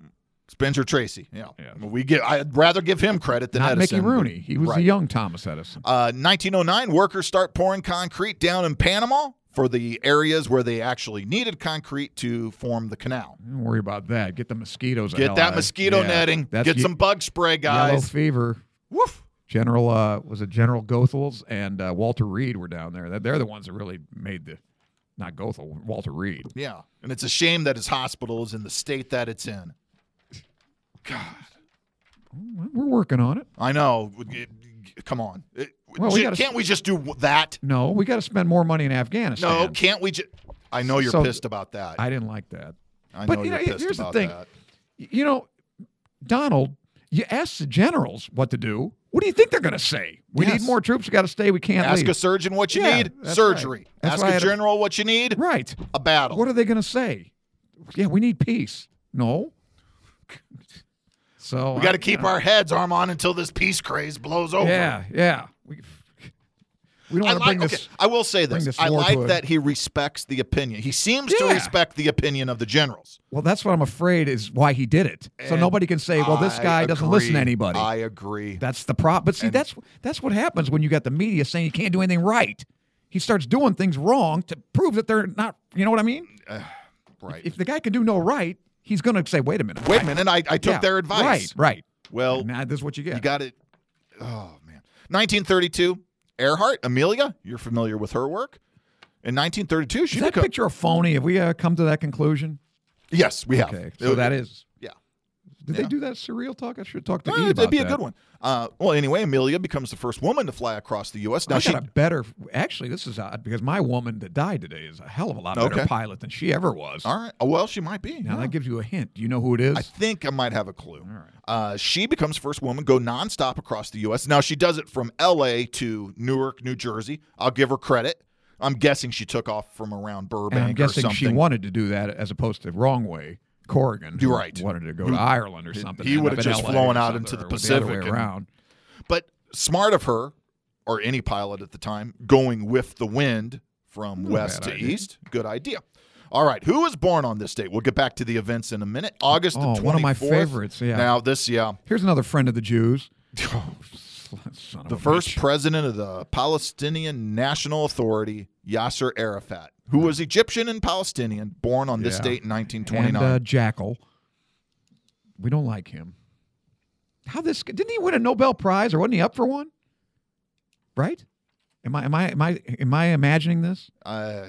Speaker 3: Spencer Tracy. Yeah,
Speaker 4: Yeah.
Speaker 3: we give. I'd rather give him credit than
Speaker 4: Not
Speaker 3: Edison, oh
Speaker 4: Mickey
Speaker 3: but-
Speaker 4: Rooney. He was
Speaker 3: right.
Speaker 4: the young Thomas Edison.
Speaker 3: Uh, 1909, workers start pouring concrete down in Panama for the areas where they actually needed concrete to form the canal.
Speaker 4: Don't worry about that. Get the mosquitoes. the
Speaker 3: Get
Speaker 4: hell
Speaker 3: that
Speaker 4: out.
Speaker 3: mosquito
Speaker 4: Yeah.
Speaker 3: netting.
Speaker 4: That's
Speaker 3: Get
Speaker 4: ye-
Speaker 3: some bug spray,
Speaker 4: Yellow
Speaker 3: guys.
Speaker 4: fever.
Speaker 3: Woof.
Speaker 4: General uh, was it General Goethals and uh, Walter Reed were down there. They're- They're the ones that really made the not Goethal, Walter Reed.
Speaker 3: Yeah. And it's a shame that his hospital is in the state that it's in.
Speaker 4: We're working on it.
Speaker 3: I know. It- it- Come on. It-
Speaker 4: Well, we
Speaker 3: ju-
Speaker 4: gotta-
Speaker 3: can't we just do w- that?
Speaker 4: No, we got to spend more money in Afghanistan.
Speaker 3: No, can't we just. I know you're
Speaker 4: So-
Speaker 3: pissed about that. I,
Speaker 4: I didn't like that.
Speaker 3: know
Speaker 4: but, you
Speaker 3: you're
Speaker 4: know,
Speaker 3: pissed
Speaker 4: here's the
Speaker 3: about
Speaker 4: thing.
Speaker 3: that.
Speaker 4: Y- You know, Donald, you ask the generals what to do. What do you think they're going to say? We
Speaker 3: Yes.
Speaker 4: need more troops. We got to stay. We can't
Speaker 3: Ask
Speaker 4: leave.
Speaker 3: a surgeon what you
Speaker 4: Yeah,
Speaker 3: need,
Speaker 4: that's right.
Speaker 3: surgery.
Speaker 4: That's
Speaker 3: Ask
Speaker 4: why I
Speaker 3: a
Speaker 4: had a-
Speaker 3: general what you need,
Speaker 4: right.
Speaker 3: a battle.
Speaker 4: What are they going to say? Yeah, we need peace. No. So
Speaker 3: we got
Speaker 4: I-
Speaker 3: to keep
Speaker 4: you know,
Speaker 3: our heads, Armand, until this peace craze blows over.
Speaker 4: Yeah, yeah. We, we don't
Speaker 3: I
Speaker 4: want to
Speaker 3: like.
Speaker 4: bring
Speaker 3: okay,
Speaker 4: this.
Speaker 3: I will say this.
Speaker 4: bring this
Speaker 3: I
Speaker 4: war
Speaker 3: like
Speaker 4: to a-
Speaker 3: that he respects the opinion. He seems to
Speaker 4: Yeah.
Speaker 3: respect the opinion of the generals.
Speaker 4: Well, that's what I'm afraid is why he did it. So
Speaker 3: And
Speaker 4: nobody can say, well, this
Speaker 3: I
Speaker 4: guy doesn't listen to
Speaker 3: agree.
Speaker 4: anybody.
Speaker 3: I agree.
Speaker 4: That's the problem. But see, that's that's what happens when you got the media saying you can't do anything right. He starts doing things wrong to prove that they're not. You know what I mean?
Speaker 3: Uh, right.
Speaker 4: If the guy can do no right, he's going to say, "Wait a minute,
Speaker 3: Wait a minute. I, I took
Speaker 4: Yeah,
Speaker 3: their advice.
Speaker 4: Right, right.
Speaker 3: Well,
Speaker 4: And now this is what you get.
Speaker 3: you got it. Oh man. 1932. Earhart, Amelia. You're familiar with her work. In 1932, she
Speaker 4: is that
Speaker 3: became-
Speaker 4: picture a phony? Have we uh, come to that conclusion?
Speaker 3: yes, we have.
Speaker 4: Okay,
Speaker 3: It
Speaker 4: so
Speaker 3: would-
Speaker 4: that is.
Speaker 3: yeah.
Speaker 4: Did
Speaker 3: Yeah.
Speaker 4: they do that surreal talk? I should talk to
Speaker 3: No,
Speaker 4: Ian
Speaker 3: it'd,
Speaker 4: about
Speaker 3: be a
Speaker 4: that.
Speaker 3: good one. Uh, well, anyway, Amelia becomes the first woman to fly across the U.S. Now
Speaker 4: I
Speaker 3: she
Speaker 4: got a better. Actually, this is odd because my woman that died today is a hell of a lot better
Speaker 3: Okay.
Speaker 4: pilot than she ever was.
Speaker 3: All right. Oh, well, she might be.
Speaker 4: Now
Speaker 3: yeah.
Speaker 4: that gives you a hint. Do you know who it is?
Speaker 3: I think I might have a clue.
Speaker 4: right.
Speaker 3: Uh, she becomes first woman go nonstop across the U.S. Now she does it from L.A. to Newark, New Jersey. I'll give her credit. I'm guessing she took off from around Burbank
Speaker 4: And I'm
Speaker 3: or
Speaker 4: guessing
Speaker 3: something.
Speaker 4: she wanted to do that as opposed to wrong way. Corrigan, who
Speaker 3: You're right.
Speaker 4: wanted to go to Ireland or something.
Speaker 3: he
Speaker 4: end
Speaker 3: would've
Speaker 4: up in
Speaker 3: just
Speaker 4: LA
Speaker 3: flown
Speaker 4: or
Speaker 3: out
Speaker 4: something,
Speaker 3: into the
Speaker 4: or was other
Speaker 3: Pacific
Speaker 4: way
Speaker 3: and-
Speaker 4: around.
Speaker 3: but smart of her, or any pilot at the time, going with the wind from west
Speaker 4: Hmm, bad
Speaker 3: to
Speaker 4: idea.
Speaker 3: east. Good idea. All right, who was born on this date? We'll get back to the events in a minute. August
Speaker 4: Oh,
Speaker 3: the 24th.
Speaker 4: one of my favorites, yeah.
Speaker 3: Now this, yeah,
Speaker 4: Here's another friend of the Jews. Oh, Son of
Speaker 3: the
Speaker 4: a
Speaker 3: first
Speaker 4: bitch.
Speaker 3: president of the Palestinian National Authority, Yasser Arafat, who was Egyptian and Palestinian, born on this
Speaker 4: Yeah.
Speaker 3: date in 1929.
Speaker 4: and uh, Jackal. We don't like him. How this didn't he win a Nobel Prize or wasn't he up for one? Right? Am I am I am I am I imagining this?
Speaker 3: Uh,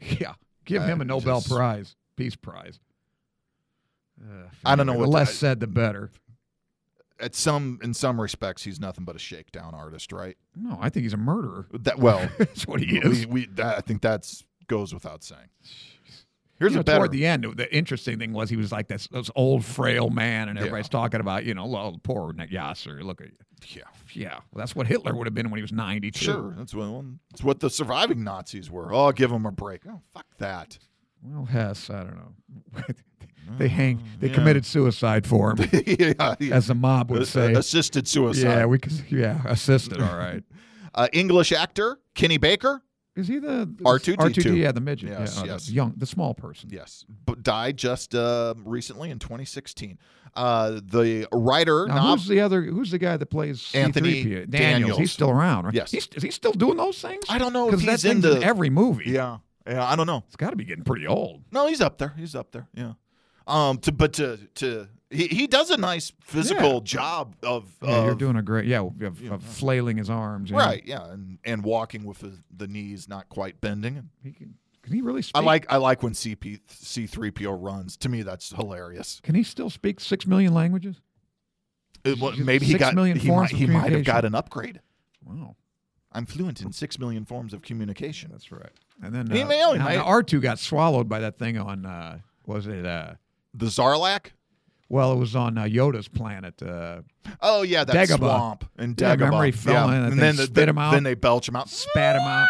Speaker 4: yeah. Give
Speaker 3: I
Speaker 4: him a Nobel
Speaker 3: Uh, just-
Speaker 4: Prize, Peace Prize. Uh,
Speaker 3: I don't know
Speaker 4: the
Speaker 3: what-
Speaker 4: less
Speaker 3: I-
Speaker 4: said the better.
Speaker 3: at some, in some respects, he's nothing but a shakedown artist, right?
Speaker 4: No, I think he's a murderer.
Speaker 3: That well,
Speaker 4: That's what he
Speaker 3: we,
Speaker 4: is.
Speaker 3: we that, I think that's goes without saying. Here's
Speaker 4: You know,
Speaker 3: a better.
Speaker 4: toward the end, the interesting thing was he was like this, this old frail man, and everybody's talking about you know, well, poor Yasser. Look at you.
Speaker 3: yeah,
Speaker 4: Yeah, well, that's what Hitler would have been when he was ninety-two.
Speaker 3: sure. That's what that's what the surviving Nazis were. Oh, give them a break. Oh, fuck that.
Speaker 4: Well, Hess, I don't know. they hang.
Speaker 3: Mm,
Speaker 4: They committed suicide for him,
Speaker 3: yeah, yeah.
Speaker 4: as the mob would
Speaker 3: Ass- uh,
Speaker 4: say.
Speaker 3: assisted suicide.
Speaker 4: yeah, we could. Yeah, assisted. All right.
Speaker 3: uh, English actor Kenny Baker.
Speaker 4: Is he the
Speaker 3: R2D2.
Speaker 4: R2D2, yeah, the midget.
Speaker 3: Yes,
Speaker 4: yeah, oh, the
Speaker 3: yes.
Speaker 4: young, the small person.
Speaker 3: Yes, but died just uh, recently in 2016. Uh, the writer,
Speaker 4: Now,
Speaker 3: nov-
Speaker 4: who's the other? Who's the guy that plays
Speaker 3: Anthony
Speaker 4: C-3PO? Daniels?
Speaker 3: Daniels.
Speaker 4: He's still around, right?
Speaker 3: Yes.
Speaker 4: He's, is he still doing those things?
Speaker 3: I don't know if
Speaker 4: Because that
Speaker 3: he's in
Speaker 4: thing's
Speaker 3: the.
Speaker 4: in every movie.
Speaker 3: yeah, yeah. I don't know.
Speaker 4: It's got to be getting pretty old.
Speaker 3: No, he's up there. He's up there. Yeah. Um. To but to to he, he does a nice physical
Speaker 4: Yeah.
Speaker 3: job of,
Speaker 4: Yeah, you're
Speaker 3: of-
Speaker 4: doing a great. Yeah, of, of flailing his arms. yeah.
Speaker 3: right. Yeah, and and walking with the, the knees not quite bending.
Speaker 4: He can, can he really speak?
Speaker 3: I like I like when CP C three PO runs. To me, that's hilarious.
Speaker 4: Can he still speak six million languages?
Speaker 3: It- well, maybe he
Speaker 4: Six
Speaker 3: got
Speaker 4: million
Speaker 3: he might
Speaker 4: forms of
Speaker 3: he might have
Speaker 4: communication.
Speaker 3: got an upgrade.
Speaker 4: Wow.
Speaker 3: I'm fluent in six million forms of communication.
Speaker 4: That's right. And then
Speaker 3: He
Speaker 4: uh,
Speaker 3: may only
Speaker 4: now,
Speaker 3: might-
Speaker 4: now R2 got swallowed by that thing on uh, was it uh,
Speaker 3: The Zarlak.
Speaker 4: well it was on uh, Yoda's planet. Uh,
Speaker 3: Oh yeah, that
Speaker 4: Dagobah.
Speaker 3: swamp and
Speaker 4: Yeah,
Speaker 3: Dagobah.
Speaker 4: remember he fell in and
Speaker 3: and
Speaker 4: they
Speaker 3: then the-
Speaker 4: spit him out?
Speaker 3: Then they belch him out.
Speaker 4: spat him out.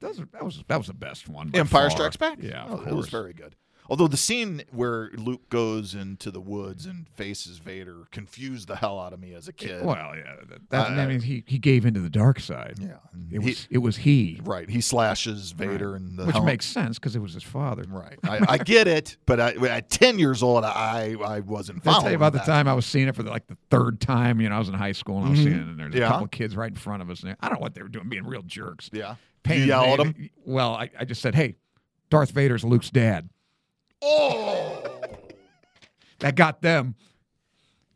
Speaker 4: Those are- That was that was the best one. by
Speaker 3: Empire
Speaker 4: far.
Speaker 3: Strikes Back.
Speaker 4: Yeah,
Speaker 3: Oh,
Speaker 4: of
Speaker 3: it was
Speaker 4: course.
Speaker 3: very good. Although the scene where Luke goes into the woods and faces Vader confused the hell out of me as a kid.
Speaker 4: Well, yeah, that, that,
Speaker 3: Uh,
Speaker 4: I mean, he, he gave into the dark side.
Speaker 3: yeah, and
Speaker 4: It
Speaker 3: he-
Speaker 4: was it was he,
Speaker 3: right. He slashes Vader and the
Speaker 4: which
Speaker 3: helmet.
Speaker 4: makes sense because it was his father.
Speaker 3: right. I, I get it, but I, at ten years old, I I wasn't
Speaker 4: I'll
Speaker 3: following.
Speaker 4: tell you about
Speaker 3: that.
Speaker 4: the time I was seeing it for like the third time. You know, I was in high school and I was seeing it, and there's
Speaker 3: Mm-hmm. Yeah.
Speaker 4: a couple of kids right in front of us. And I don't know what they were doing, being real jerks.
Speaker 3: Yeah,
Speaker 4: Pain
Speaker 3: you yell at
Speaker 4: Vader-
Speaker 3: him.
Speaker 4: Well, I, I just said, hey, Darth Vader's Luke's dad.
Speaker 3: Oh.
Speaker 4: That got them.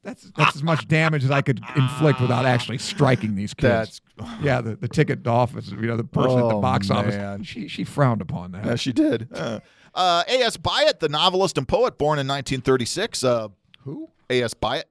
Speaker 4: That's that's as much damage as I could inflict without actually striking these kids.
Speaker 3: That's-
Speaker 4: yeah, the, the ticket office, you know, the person at the
Speaker 3: Oh,
Speaker 4: box
Speaker 3: man.
Speaker 4: office. She she frowned upon that.
Speaker 3: Yeah, she did. Uh, uh, A.S. Byatt, the novelist and poet, born in 1936. Uh,
Speaker 4: Who?
Speaker 3: A.S. Byatt,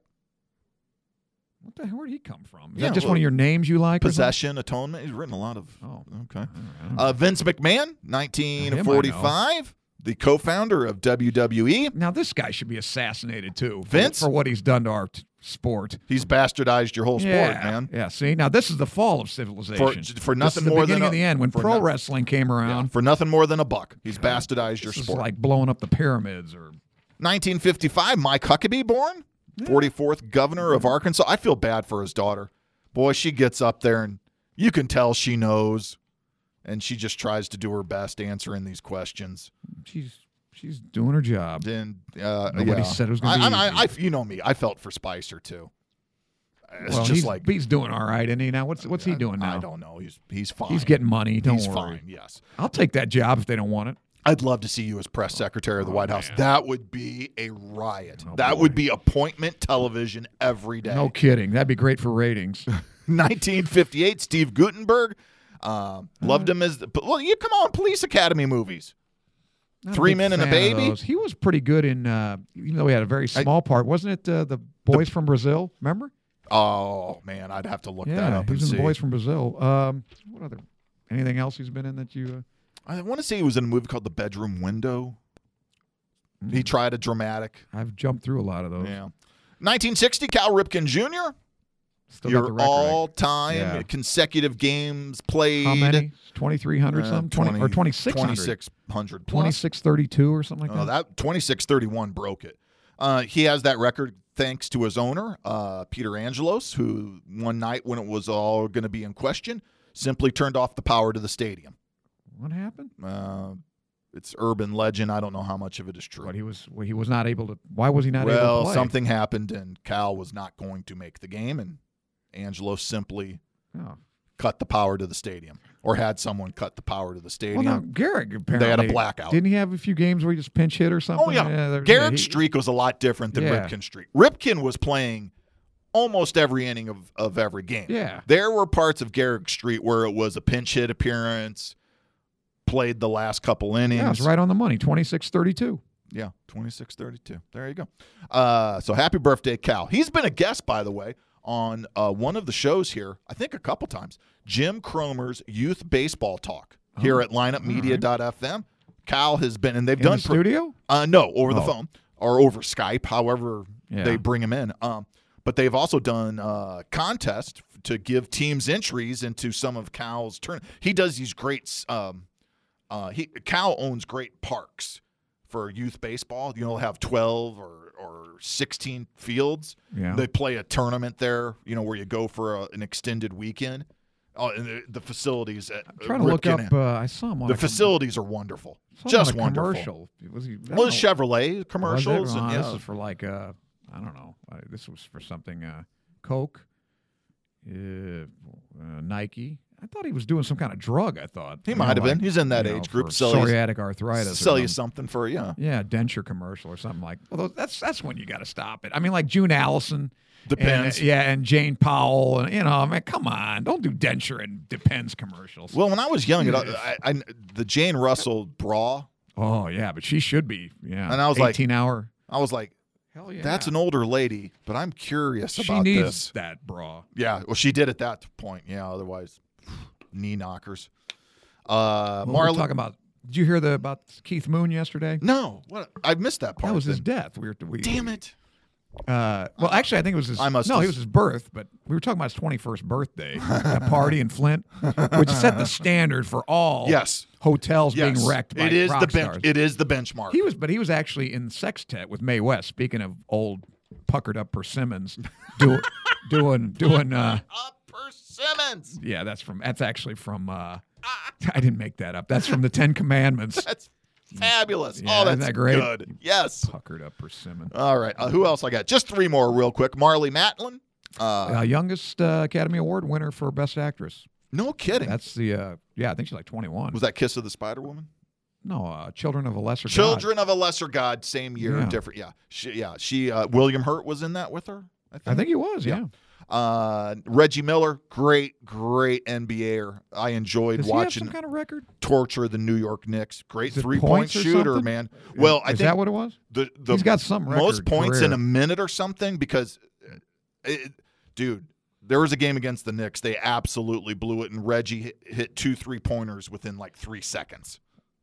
Speaker 4: What the hell? Where'd he come from? Is
Speaker 3: Yeah,
Speaker 4: that just
Speaker 3: well,
Speaker 4: one of your names you like? or something?
Speaker 3: Possession, Atonement. He's written a lot of.
Speaker 4: Oh.
Speaker 3: Okay.
Speaker 4: I don't know.
Speaker 3: Uh, Vince McMahon, 1945, the co founder of E. WWE.
Speaker 4: Oh. Now this guy should be assassinated too. for-
Speaker 3: Vince?
Speaker 4: for what he's done to our t- sport.
Speaker 3: He's bastardized your whole sport,
Speaker 4: yeah.
Speaker 3: man.
Speaker 4: Yeah. See, now this is the fall of civilization.
Speaker 3: for nothing
Speaker 4: this is the
Speaker 3: more than
Speaker 4: beginning
Speaker 3: a-
Speaker 4: of the end when
Speaker 3: for
Speaker 4: pro
Speaker 3: no-
Speaker 4: wrestling came around.
Speaker 3: For nothing more than a buck. He's bastardized your
Speaker 4: This is
Speaker 3: sport.
Speaker 4: like blowing up the pyramids or
Speaker 3: 1955, Mike Huckabee born, 44th governor of Arkansas. I feel bad for his daughter. Boy, she gets up there and you can tell she knows. And she just tries to do her best answering these questions.
Speaker 4: she's she's doing her job.
Speaker 3: And uh, yeah.
Speaker 4: Nobody said it was gonna
Speaker 3: I-
Speaker 4: be
Speaker 3: and I,
Speaker 4: easy.
Speaker 3: I, you know me. I felt for Spicer too. It's
Speaker 4: well,
Speaker 3: just
Speaker 4: he's,
Speaker 3: like
Speaker 4: he's doing all right, isn't he? Now what's what's he doing now?
Speaker 3: I don't know. He's he's fine.
Speaker 4: He's getting money. Don't
Speaker 3: he's
Speaker 4: worry.
Speaker 3: fine. Yes,
Speaker 4: I'll take that job if they don't want it.
Speaker 3: I'd love to see you as press secretary of the White House. That would be a riot.
Speaker 4: Oh,
Speaker 3: that
Speaker 4: boy.
Speaker 3: would be appointment television every day.
Speaker 4: No kidding. That'd be great for ratings.
Speaker 3: 1958, Steve Gutenberg. Um, loved him as the, but, well. You come on, Police Academy movies.
Speaker 4: Not
Speaker 3: Three
Speaker 4: big
Speaker 3: Men and a
Speaker 4: fan of
Speaker 3: Baby?
Speaker 4: those. He was pretty good in, uh, even though he had a very small part, wasn't it? Uh, the Boys from Brazil, remember?
Speaker 3: Oh man, I'd have to look that
Speaker 4: Yeah,
Speaker 3: up and
Speaker 4: he was in
Speaker 3: see.
Speaker 4: the Boys from Brazil. Um, what other? Anything else he's been in that you?
Speaker 3: I want to say he was in a movie called The Bedroom Window. He
Speaker 4: Mm.
Speaker 3: tried a dramatic.
Speaker 4: Uh, I've jumped through a lot of those.
Speaker 3: Yeah. 1960, Cal Ripken Jr.
Speaker 4: Still got the
Speaker 3: your
Speaker 4: record.
Speaker 3: all-time
Speaker 4: Yeah.
Speaker 3: consecutive games played.
Speaker 4: How many? Twenty three hundred
Speaker 3: Uh,
Speaker 4: something, 20, or twenty six hundred.
Speaker 3: 2600
Speaker 4: Twenty
Speaker 3: plus.
Speaker 4: six thirty two or something like
Speaker 3: Oh,
Speaker 4: that.
Speaker 3: that 2631 broke it. Uh, he has that record thanks to his owner, uh, Peter Angelos, who one night when it was all going to be in question, simply turned off the power to the stadium.
Speaker 4: What happened?
Speaker 3: Uh, it's urban legend. I don't know how much of it is true.
Speaker 4: But he was well, he was not able to. Why was he not able to
Speaker 3: well,
Speaker 4: play?
Speaker 3: something happened, and Cal was not going to make the game, and Angelos simply
Speaker 4: Oh.
Speaker 3: cut the power to the stadium or had someone cut the power to the
Speaker 4: Well,
Speaker 3: stadium.
Speaker 4: now Garrick apparently
Speaker 3: blackout.
Speaker 4: Didn't he have a few games where he just pinch hit or something?
Speaker 3: Oh yeah,
Speaker 4: there-
Speaker 3: Garrick
Speaker 4: he-
Speaker 3: streak was a lot different than
Speaker 4: Yeah.
Speaker 3: Ripken streak. Ripken was playing almost every inning of, of every game.
Speaker 4: Yeah.
Speaker 3: There were parts of Garrick Street where it was a pinch hit appearance, played the last couple innings.
Speaker 4: Yeah, it's right on the money. Twenty six thirty two.
Speaker 3: Yeah, 26 32. There you go. Uh, so happy birthday, Cal. He's been a guest, by the way, on uh, one of the shows here, I think a couple times. Jim Cromer's Youth Baseball Talk here at lineupmedia.fm. Cal has been, and they've
Speaker 4: Oh, In
Speaker 3: done
Speaker 4: the
Speaker 3: pro-
Speaker 4: studio?
Speaker 3: uh, no, over the
Speaker 4: Oh.
Speaker 3: phone or over Skype, however
Speaker 4: Yeah.
Speaker 3: they bring them in. Um, but they've also done uh, contests f- to give teams entries into some of Cal's turn. He does these great. s- Um, uh, he Cal owns great parks for youth baseball. You know, they'll have twelve or or sixteen fields.
Speaker 4: Yeah.
Speaker 3: They play a tournament there. You know, where you go for a, an extended weekend. Oh, and the, the facilities. At,
Speaker 4: I'm trying to look
Speaker 3: Ripken-
Speaker 4: up. Uh, I saw him on
Speaker 3: the
Speaker 4: a com-
Speaker 3: facilities are wonderful.
Speaker 4: saw him
Speaker 3: Just
Speaker 4: on a
Speaker 3: wonderful.
Speaker 4: commercial. Was he? I don't
Speaker 3: Well,
Speaker 4: know.
Speaker 3: Chevrolet
Speaker 4: Was it?
Speaker 3: commercials.
Speaker 4: Uh,
Speaker 3: and,
Speaker 4: This
Speaker 3: yeah.
Speaker 4: is for like uh, I don't know. Uh, this was for something uh, Coke, uh, uh, Nike. I thought he was doing some kind of drug. I thought
Speaker 3: He
Speaker 4: You
Speaker 3: might
Speaker 4: know,
Speaker 3: have been.
Speaker 4: like,
Speaker 3: He's in that
Speaker 4: you know,
Speaker 3: age group.
Speaker 4: for
Speaker 3: Sell you,
Speaker 4: psoriatic arthritis. or
Speaker 3: sell you
Speaker 4: something.
Speaker 3: something for yeah.
Speaker 4: Yeah, denture commercial or something like. Well, that's that's when you got to stop it. I mean, like June Allison.
Speaker 3: Depends.
Speaker 4: And, uh, yeah, and Jane Powell, and you know, I mean, come on, don't do denture and depends commercials.
Speaker 3: Well, when I was young, it, uh, I, I, the Jane Russell bra,
Speaker 4: oh yeah, but she should be. Yeah,
Speaker 3: And I was like-
Speaker 4: eighteen hour.
Speaker 3: I was like,
Speaker 4: Hell yeah,
Speaker 3: that's an older lady, but I'm curious
Speaker 4: she
Speaker 3: about
Speaker 4: needs
Speaker 3: this.
Speaker 4: that bra.
Speaker 3: Yeah, well, she did at that point. Yeah, otherwise, knee knockers. Uh,
Speaker 4: Well, we
Speaker 3: Marlon,
Speaker 4: were talking about. Did you hear the about Keith Moon yesterday?
Speaker 3: no, what I missed that part.
Speaker 4: That was his
Speaker 3: then.
Speaker 4: death. We were we,
Speaker 3: Damn it!
Speaker 4: Uh, well, actually, I think it was his.
Speaker 3: I must
Speaker 4: no,
Speaker 3: have-
Speaker 4: it was his birth, but we were talking about his twenty-first birthday, at a party in Flint, which set the standard for all
Speaker 3: Yes.
Speaker 4: hotels
Speaker 3: Yes,
Speaker 4: being wrecked. By
Speaker 3: it is
Speaker 4: rock
Speaker 3: the bench.
Speaker 4: stars.
Speaker 3: It is the benchmark.
Speaker 4: He was, but he was actually in sextet with Mae West. Speaking of old puckered up persimmons, do, doing doing. Uh,
Speaker 3: Up persimmons.
Speaker 4: yeah, that's from. That's actually from. Uh, I didn't make that up. That's from the Ten Commandments.
Speaker 3: That's fabulous.
Speaker 4: Yeah,
Speaker 3: oh, that's
Speaker 4: isn't that great?
Speaker 3: good. Yes.
Speaker 4: puckered up persimmon.
Speaker 3: All right. Uh, who else I got? Just three more, real quick. Marley Matlin. Uh,
Speaker 4: Uh, youngest uh, Academy Award winner for Best Actress.
Speaker 3: no kidding.
Speaker 4: That's the. Uh, yeah, I think she's like twenty-one.
Speaker 3: was that Kiss of the Spider Woman?
Speaker 4: No, uh, Children of a Lesser God.
Speaker 3: Children of a Lesser God, same year,
Speaker 4: Yeah.
Speaker 3: different. Yeah, she, yeah. She uh, William Hurt was in that with her. I think.
Speaker 4: I think he was. Yeah.
Speaker 3: Uh, Reggie Miller, great, great NBAer. er. I enjoyed
Speaker 4: Does he have
Speaker 3: watching
Speaker 4: some kind of record?
Speaker 3: torture the New York Knicks. Great
Speaker 4: Is it
Speaker 3: three point
Speaker 4: points or
Speaker 3: shooter,
Speaker 4: something?
Speaker 3: man. Well, I
Speaker 4: is
Speaker 3: think
Speaker 4: that what it was?
Speaker 3: the, the
Speaker 4: He's got some record
Speaker 3: most points in
Speaker 4: career.
Speaker 3: a minute or something because, uh, it, dude, there was a game against the Knicks. They absolutely blew it, and Reggie hit, hit two three pointers within like three seconds.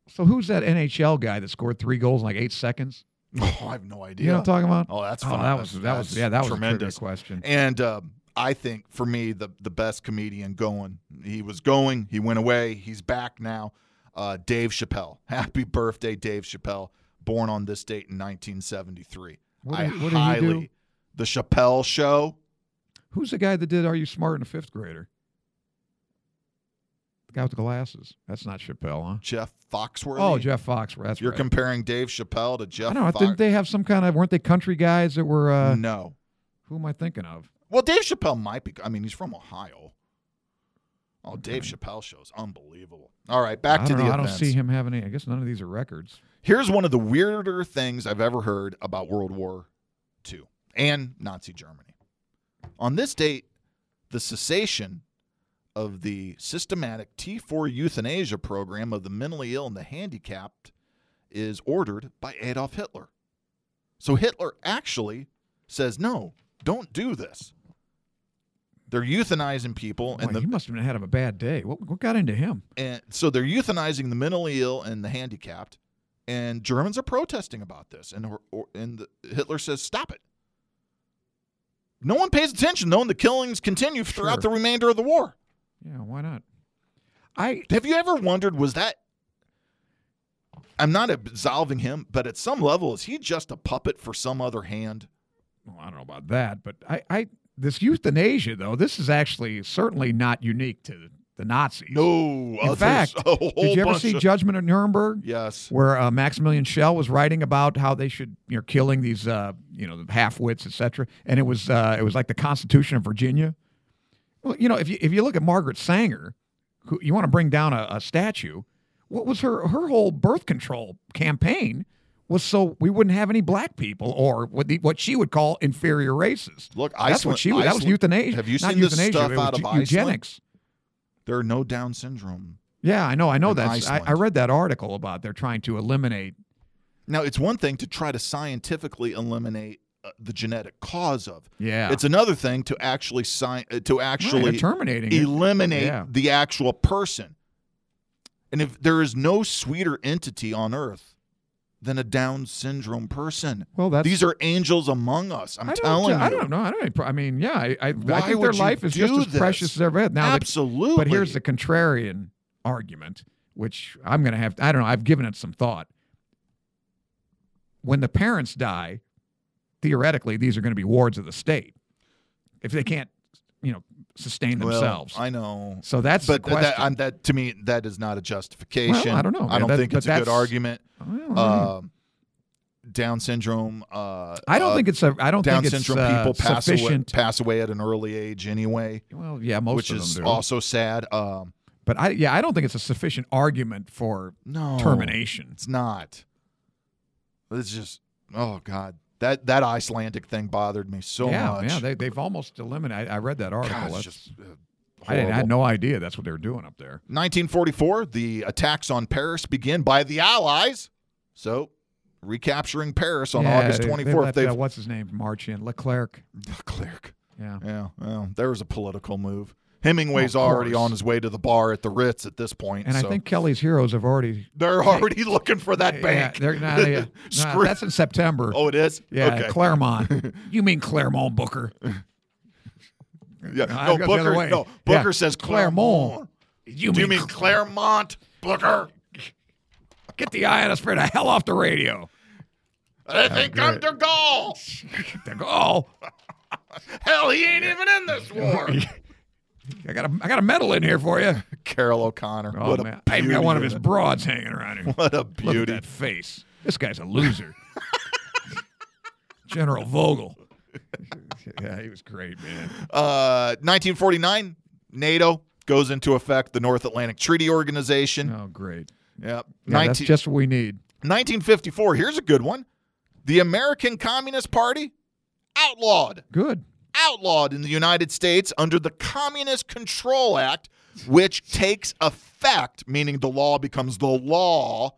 Speaker 4: So who's that NHL guy that scored three goals in like eight seconds?
Speaker 3: Oh, I have no idea.
Speaker 4: You know what I'm talking about?
Speaker 3: oh, that's
Speaker 4: Oh,
Speaker 3: fun.
Speaker 4: that was
Speaker 3: That's-
Speaker 4: that was
Speaker 3: that's
Speaker 4: yeah that was
Speaker 3: tremendous.
Speaker 4: a trivia question.
Speaker 3: And um, I think for me, the the best comedian going. He was going. He went away. He's back now. Uh, Dave Chappelle. Happy birthday, Dave Chappelle. Born on this date in 1973.
Speaker 4: What
Speaker 3: I
Speaker 4: did he- what did he
Speaker 3: highly
Speaker 4: do?
Speaker 3: the Chappelle Show.
Speaker 4: Who's the guy that did Are You Smart in a Fifth Grader? The guy with the glasses. That's not Chappelle, huh?
Speaker 3: Jeff Foxworthy.
Speaker 4: Oh, Jeff Fox. That's
Speaker 3: You're
Speaker 4: right.
Speaker 3: comparing Dave Chappelle to Jeff.
Speaker 4: I know.
Speaker 3: Fox-
Speaker 4: Didn't they have some kind of? Weren't they country guys that were? Uh,
Speaker 3: no.
Speaker 4: Who am I thinking of?
Speaker 3: Well, Dave Chappelle might be. I mean, he's from Ohio. Oh, Dave Chappelle show is unbelievable. All right, back
Speaker 4: I
Speaker 3: to
Speaker 4: don't
Speaker 3: the
Speaker 4: know. I
Speaker 3: events.
Speaker 4: don't see him having any. I guess none of these are records.
Speaker 3: Here's one of the weirder things I've ever heard about World War II and Nazi Germany. On this date, the cessation of the systematic T4 euthanasia program of the mentally ill and the handicapped is ordered by Adolf Hitler. So Hitler actually says, no, don't do this. They're euthanizing people,
Speaker 4: Boy,
Speaker 3: and the,
Speaker 4: he must have been had him a bad day. What what got into him?
Speaker 3: and so they're euthanizing the mentally ill and the handicapped, and Germans are protesting about this. And or- or- and the, Hitler says, "Stop it." No one pays attention, though, and the killings continue throughout
Speaker 4: Sure.
Speaker 3: the remainder of the war.
Speaker 4: Yeah, why not? I
Speaker 3: Have you ever wondered, was that? I'm not absolving him, but at some level, is he just a puppet for some other hand?
Speaker 4: well, I don't know about that, but I, I this euthanasia though, this is actually certainly not unique to the Nazis.
Speaker 3: No,
Speaker 4: In
Speaker 3: others-
Speaker 4: fact,
Speaker 3: a whole
Speaker 4: did you ever
Speaker 3: bunch
Speaker 4: see
Speaker 3: of-
Speaker 4: Judgment at Nuremberg?
Speaker 3: yes,
Speaker 4: Where uh, Maximilian Schell was writing about how they should, you know, killing these, uh, you know, the half wits, etc. And it was, uh, it was like the Constitution of Virginia. Well, you know, if you if you look at Margaret Sanger, who you want to bring down a, a statue, what was her her whole birth control campaign was so we wouldn't have any black people or what the, what she would call inferior races.
Speaker 3: Look,
Speaker 4: that's
Speaker 3: Iceland-
Speaker 4: what she was. That was
Speaker 3: Iceland-
Speaker 4: euthanasia.
Speaker 3: have you
Speaker 4: not
Speaker 3: seen this
Speaker 4: euthanasia,
Speaker 3: stuff
Speaker 4: it was
Speaker 3: out of
Speaker 4: eu-
Speaker 3: Iceland?
Speaker 4: eugenics?
Speaker 3: there are no Down syndrome
Speaker 4: Yeah, I know. I know
Speaker 3: In
Speaker 4: that's. I, I
Speaker 3: Iceland.
Speaker 4: read that article about they're trying to eliminate.
Speaker 3: Now, it's one thing to try to scientifically eliminate uh, the genetic cause of.
Speaker 4: Yeah,
Speaker 3: It's another thing to actually sci- uh, to
Speaker 4: Right,
Speaker 3: actually e
Speaker 4: they're terminating. it.
Speaker 3: eliminate
Speaker 4: Yeah.
Speaker 3: the actual person. And if there is no sweeter entity on earth than a Down syndrome person,
Speaker 4: Well, that's.
Speaker 3: these are angels among us. I'm
Speaker 4: I don't,
Speaker 3: telling you.
Speaker 4: I don't know. I don't. have any pro- I mean, yeah. I, I, I
Speaker 3: Why
Speaker 4: think their
Speaker 3: would you
Speaker 4: life is just
Speaker 3: do
Speaker 4: as
Speaker 3: this?
Speaker 4: precious as they've been. Now, the-
Speaker 3: Absolutely.
Speaker 4: But here's the contrarian argument, which I'm going to have. I don't know. I've given it some thought. When the parents die, theoretically, these are going to be wards of the state if they can't, you know, sustain
Speaker 3: Well,
Speaker 4: themselves.
Speaker 3: I know.
Speaker 4: so that's
Speaker 3: But
Speaker 4: the
Speaker 3: th-
Speaker 4: question.
Speaker 3: that, I'm, that to me, that is not a justification.
Speaker 4: Well, I don't know,
Speaker 3: I
Speaker 4: man.
Speaker 3: don't
Speaker 4: That-
Speaker 3: think
Speaker 4: but
Speaker 3: it's a good
Speaker 4: that's-
Speaker 3: argument.
Speaker 4: I don't know.
Speaker 3: Um Down syndrome. Uh,
Speaker 4: I don't
Speaker 3: uh,
Speaker 4: think it's a. I don't
Speaker 3: Down
Speaker 4: think it's
Speaker 3: syndrome
Speaker 4: uh,
Speaker 3: people pass away,
Speaker 4: sufficient.
Speaker 3: pass away at an early age anyway,
Speaker 4: Well, yeah, most
Speaker 3: which
Speaker 4: of
Speaker 3: is
Speaker 4: them do.
Speaker 3: also sad. Um,
Speaker 4: But I, yeah, I don't think it's a sufficient argument for
Speaker 3: no,
Speaker 4: termination.
Speaker 3: It's not. It's just oh god that that Icelandic thing bothered me so
Speaker 4: yeah,
Speaker 3: much.
Speaker 4: yeah, they, they've almost eliminated. I, I read that article.
Speaker 3: God, it's
Speaker 4: That's-
Speaker 3: just, uh,
Speaker 4: I, didn't, I
Speaker 3: horrible.
Speaker 4: had no idea that's what they were doing up there.
Speaker 3: 1944, the attacks on Paris begin by the Allies. So, recapturing Paris on
Speaker 4: Yeah,
Speaker 3: August
Speaker 4: they- they
Speaker 3: 24th.
Speaker 4: let,
Speaker 3: They
Speaker 4: uh,
Speaker 3: have
Speaker 4: what's his name? March in Leclerc.
Speaker 3: Clerk.
Speaker 4: Yeah.
Speaker 3: Yeah, well, there was a political move. Hemingway's
Speaker 4: Of
Speaker 3: already
Speaker 4: course.
Speaker 3: on his way to the bar at the Ritz at this point.
Speaker 4: And
Speaker 3: so
Speaker 4: I think Kelly's Heroes have already.
Speaker 3: they're already looking for that
Speaker 4: Yeah,
Speaker 3: bank.
Speaker 4: they're not. yeah. No,
Speaker 3: Screw-
Speaker 4: that's in September.
Speaker 3: oh, it is.
Speaker 4: yeah,
Speaker 3: Okay.
Speaker 4: Claremont. you mean Claremont Booker?
Speaker 3: yeah.
Speaker 4: I
Speaker 3: No,
Speaker 4: go the other
Speaker 3: Booker.
Speaker 4: way.
Speaker 3: No,
Speaker 4: Yeah.
Speaker 3: Booker says
Speaker 4: Claremont.
Speaker 3: Claremont.
Speaker 4: You
Speaker 3: Do you
Speaker 4: mean,
Speaker 3: mean Claremont Booker?
Speaker 4: get the ionosphere the hell off the radio?
Speaker 3: They think I'm De Gaulle.
Speaker 4: They go, Oh,
Speaker 3: Hell, he ain't even in this war.
Speaker 4: I got a I got a medal in here for you.
Speaker 3: Carol O'Connor.
Speaker 4: Oh
Speaker 3: what
Speaker 4: man,
Speaker 3: a
Speaker 4: I even
Speaker 3: beauty.
Speaker 4: got one of his broads hanging around here.
Speaker 3: What a
Speaker 4: Look at
Speaker 3: beauty.
Speaker 4: that face. This guy's a loser. General Vogel. yeah, he was great, man.
Speaker 3: Uh, 1949, NATO goes into effect, the North Atlantic Treaty Organization.
Speaker 4: Oh, great.
Speaker 3: Yep.
Speaker 4: Yeah,
Speaker 3: 19
Speaker 4: that's just what we need.
Speaker 3: 1954, here's a good one. The American Communist Party outlawed,
Speaker 4: Good.
Speaker 3: outlawed in the United States under the Communist Control Act, which takes effect, meaning the law becomes the law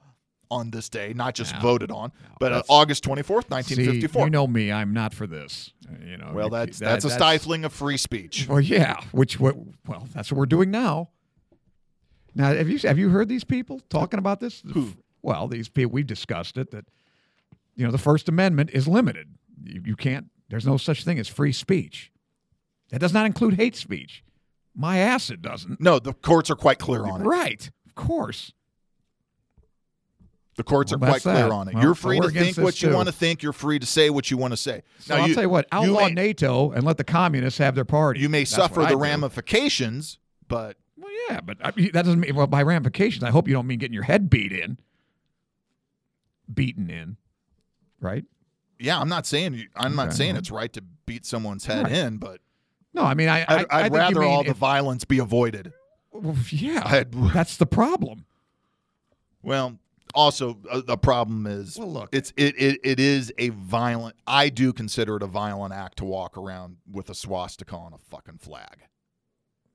Speaker 3: on this day, not just voted on, but uh,
Speaker 4: that's-
Speaker 3: August 24th, 1954.
Speaker 4: See, you know me. I'm not for this. Uh, You know.
Speaker 3: well,
Speaker 4: you-
Speaker 3: that's
Speaker 4: that-
Speaker 3: that's a stifling of free speech.
Speaker 4: Well, yeah. Which what? Well, that's what we're doing now. Now, have you have you heard these people talking about this? Who? Well, these people we've discussed it that you know the First Amendment is limited. You, you can't. There's no such thing as free speech. That does not include hate speech. My ass, it doesn't.
Speaker 3: No, the courts are quite clear on it.
Speaker 4: Right. Of course.
Speaker 3: The courts
Speaker 4: Well,
Speaker 3: are quite
Speaker 4: that's
Speaker 3: clear
Speaker 4: that.
Speaker 3: on it.
Speaker 4: Well,
Speaker 3: You're
Speaker 4: so
Speaker 3: free
Speaker 4: we're
Speaker 3: to
Speaker 4: against
Speaker 3: think
Speaker 4: this
Speaker 3: what you
Speaker 4: too.
Speaker 3: want to think. You're free to say what you want to say.
Speaker 4: So I'll tell you what. Outlaw
Speaker 3: may,
Speaker 4: NATO and let the communists have their party.
Speaker 3: you may
Speaker 4: That's
Speaker 3: suffer
Speaker 4: what I
Speaker 3: the
Speaker 4: do.
Speaker 3: ramifications, but
Speaker 4: Well, yeah, but I mean, that doesn't mean well by ramifications. I hope you don't mean getting your head beat in, beaten in, right?
Speaker 3: yeah, I'm not saying you, I'm not
Speaker 4: Okay.
Speaker 3: saying it's right to beat someone's head in, but
Speaker 4: No, I mean I. I
Speaker 3: I'd,
Speaker 4: I
Speaker 3: I'd
Speaker 4: think you
Speaker 3: rather
Speaker 4: mean
Speaker 3: all the
Speaker 4: if-
Speaker 3: violence be avoided.
Speaker 4: well, yeah,
Speaker 3: I'd-
Speaker 4: that's the problem.
Speaker 3: Well, also uh, the problem is
Speaker 4: Well, look.
Speaker 3: it's it, it it is a violent. I do consider it a violent act to walk around with a swastika on a fucking flag.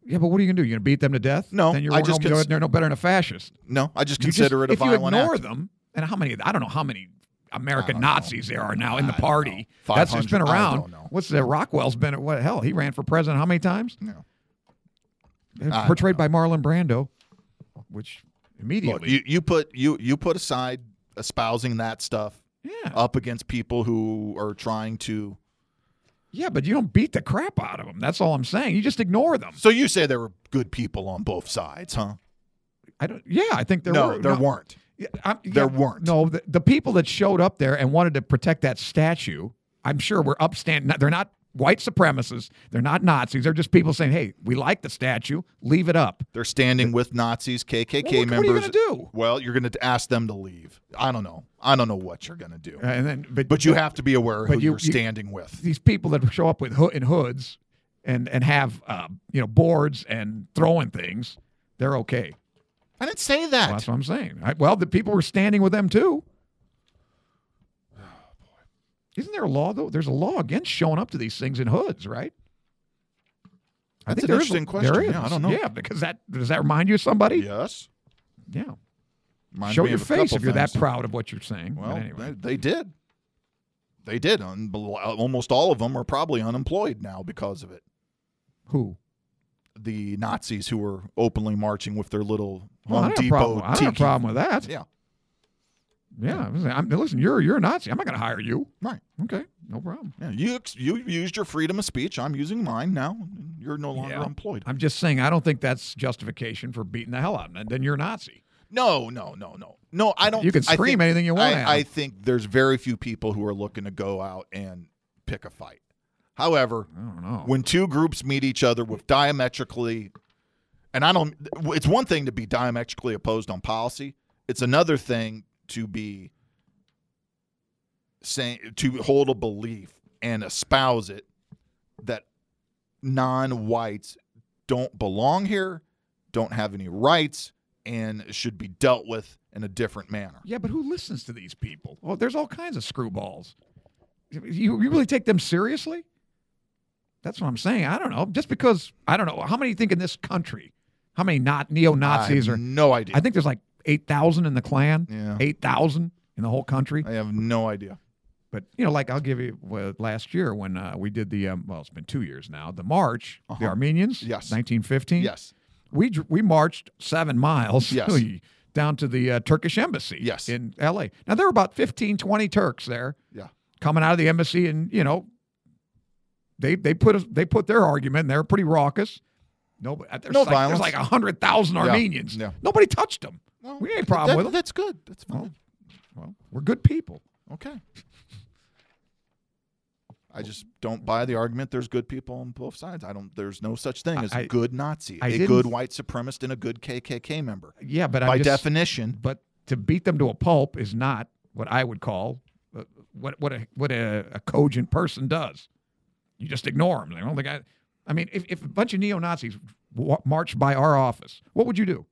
Speaker 4: Yeah, but what are you gonna do? You gonna beat them to death?
Speaker 3: No,
Speaker 4: then you're
Speaker 3: I just
Speaker 4: no-
Speaker 3: cons-
Speaker 4: they're no better than a fascist.
Speaker 3: No, I just
Speaker 4: You just-
Speaker 3: consider it a
Speaker 4: if
Speaker 3: violent
Speaker 4: you ignore
Speaker 3: act.
Speaker 4: them, and how many? I don't know how many
Speaker 3: I don't
Speaker 4: American
Speaker 3: know.
Speaker 4: Nazis there are now in the
Speaker 3: I don't
Speaker 4: party.
Speaker 3: know.
Speaker 4: That's just been
Speaker 3: 500, I
Speaker 4: around.
Speaker 3: don't know.
Speaker 4: What's that? Rockwell's been at what? Hell, he ran for president how many times?
Speaker 3: No.
Speaker 4: Uh,
Speaker 3: don't
Speaker 4: Portrayed by Marlon Brando, which
Speaker 3: Look,
Speaker 4: immediately.
Speaker 3: you you put you you put aside espousing that stuff
Speaker 4: yeah.
Speaker 3: up against people who are trying to.
Speaker 4: Yeah, but you don't beat the crap out of them. That's all I'm saying. You just ignore them.
Speaker 3: So you say there were good people on both sides, huh?
Speaker 4: I don't. Yeah, I think there
Speaker 3: no,
Speaker 4: were.
Speaker 3: there weren't.
Speaker 4: Yeah, I'm- yeah,
Speaker 3: There weren't.
Speaker 4: No, the, the people that showed up there and wanted to protect that statue, I'm sure were upstanding. They're not white supremacists. They're not Nazis. They're just people saying, "Hey, we like the statue. Leave it up."
Speaker 3: They're standing with Nazis, KKK
Speaker 4: Well, what- what are
Speaker 3: members.
Speaker 4: you gonna do?
Speaker 3: Well, you're going to ask them to leave. I don't know. I don't know what you're going to do.
Speaker 4: Uh, and then, but
Speaker 3: But you have to be aware of who
Speaker 4: But you-
Speaker 3: you're
Speaker 4: you-
Speaker 3: standing with.
Speaker 4: these people that show up with ho- in hoods and and have uh, you know boards and throwing things. They're okay.
Speaker 3: I didn't say that.
Speaker 4: Well, that's what I'm saying. I, well, the people were standing with them too. Oh, Isn't there a law though? There's a law against showing up to these things in hoods, right? I
Speaker 3: That's
Speaker 4: think
Speaker 3: an
Speaker 4: there is a-
Speaker 3: interesting question.
Speaker 4: There is.
Speaker 3: Yeah, I don't know.
Speaker 4: Yeah, because that does that remind you of somebody?
Speaker 3: Yes.
Speaker 4: Yeah.
Speaker 3: Reminds
Speaker 4: Show
Speaker 3: me
Speaker 4: your
Speaker 3: of a
Speaker 4: face
Speaker 3: couple
Speaker 4: if you're that
Speaker 3: things.
Speaker 4: proud of what you're saying. But
Speaker 3: Well,
Speaker 4: anyway,
Speaker 3: they, they did. They did. Un- uh, Almost all of them are probably unemployed now because of it.
Speaker 4: who?
Speaker 3: The Nazis who were openly marching with their little
Speaker 4: Well,
Speaker 3: Home
Speaker 4: I don't have a
Speaker 3: Depot
Speaker 4: problem- I don't have a
Speaker 3: tiki.
Speaker 4: problem with that.
Speaker 3: Yeah,
Speaker 4: Yeah, I'm, saying- I'm- listen, you're you're a Nazi. I'm not going to hire you.
Speaker 3: right.
Speaker 4: Okay, no problem.
Speaker 3: Yeah, you ex- you used your freedom of speech. I'm using mine now. You're no longer
Speaker 4: Yeah.
Speaker 3: employed.
Speaker 4: I'm just saying I don't think that's justification for beating the hell out of them. Then you're a Nazi.
Speaker 3: No, no, no, no, no. I don't.
Speaker 4: You can
Speaker 3: I
Speaker 4: scream
Speaker 3: think-
Speaker 4: anything you want at
Speaker 3: I, I
Speaker 4: 'em.
Speaker 3: think there's very few people who are looking to go out and pick a fight. However,
Speaker 4: I don't know.
Speaker 3: when two groups meet each other with diametrically, and I don't. It's one thing to be diametrically opposed on policy. It's another thing to be saying to hold a belief and espouse it that non-whites don't belong here, don't have any rights, and should be dealt with in a different manner.
Speaker 4: Yeah, but who listens to these people? Well, there's all kinds of screwballs. You, you really take them seriously? That's what I'm saying. I don't know. Just because I don't know how many think in this country, how many not neo Nazis
Speaker 3: I
Speaker 4: are?
Speaker 3: have no idea.
Speaker 4: I think there's like eight thousand in the Klan,
Speaker 3: Yeah.
Speaker 4: eight thousand in the whole country.
Speaker 3: I have no idea.
Speaker 4: But you know, like I'll give you well, last year when uh, we did the um, well, it's been two years now. The march, the Armenians,
Speaker 3: Yes.
Speaker 4: 1915.
Speaker 3: Yes.
Speaker 4: we dr- we marched seven miles
Speaker 3: Yes.
Speaker 4: down to the uh, Turkish embassy.
Speaker 3: Yes.
Speaker 4: in L.A. Now there were about 15, 20 Turks there
Speaker 3: Yeah.
Speaker 4: coming out of the embassy, and you know, they they put a, they put their argument. and They were pretty raucous. Nobody, there's
Speaker 3: No
Speaker 4: like,
Speaker 3: violence.
Speaker 4: There's like hundred thousand Armenians.
Speaker 3: yeah.
Speaker 4: Nobody touched them.
Speaker 3: Well,
Speaker 4: we ain't problem
Speaker 3: that-
Speaker 4: with them.
Speaker 3: That's good. That's fine.
Speaker 4: Well, we're good people.
Speaker 3: Okay. I just don't buy the argument. There's good people on both sides. I don't. There's no such thing as a
Speaker 4: I-
Speaker 3: good Nazi,
Speaker 4: I
Speaker 3: a
Speaker 4: didn't-
Speaker 3: good white supremacist, and a good KKK member.
Speaker 4: Yeah, but
Speaker 3: By
Speaker 4: I'm just,
Speaker 3: definition,
Speaker 4: but to beat them to a pulp is not what I would call uh, what what a what a, a cogent person does. You just ignore them. I don't think I. I mean, if, if a bunch of neo Nazis wa- marched by our office, what would you do?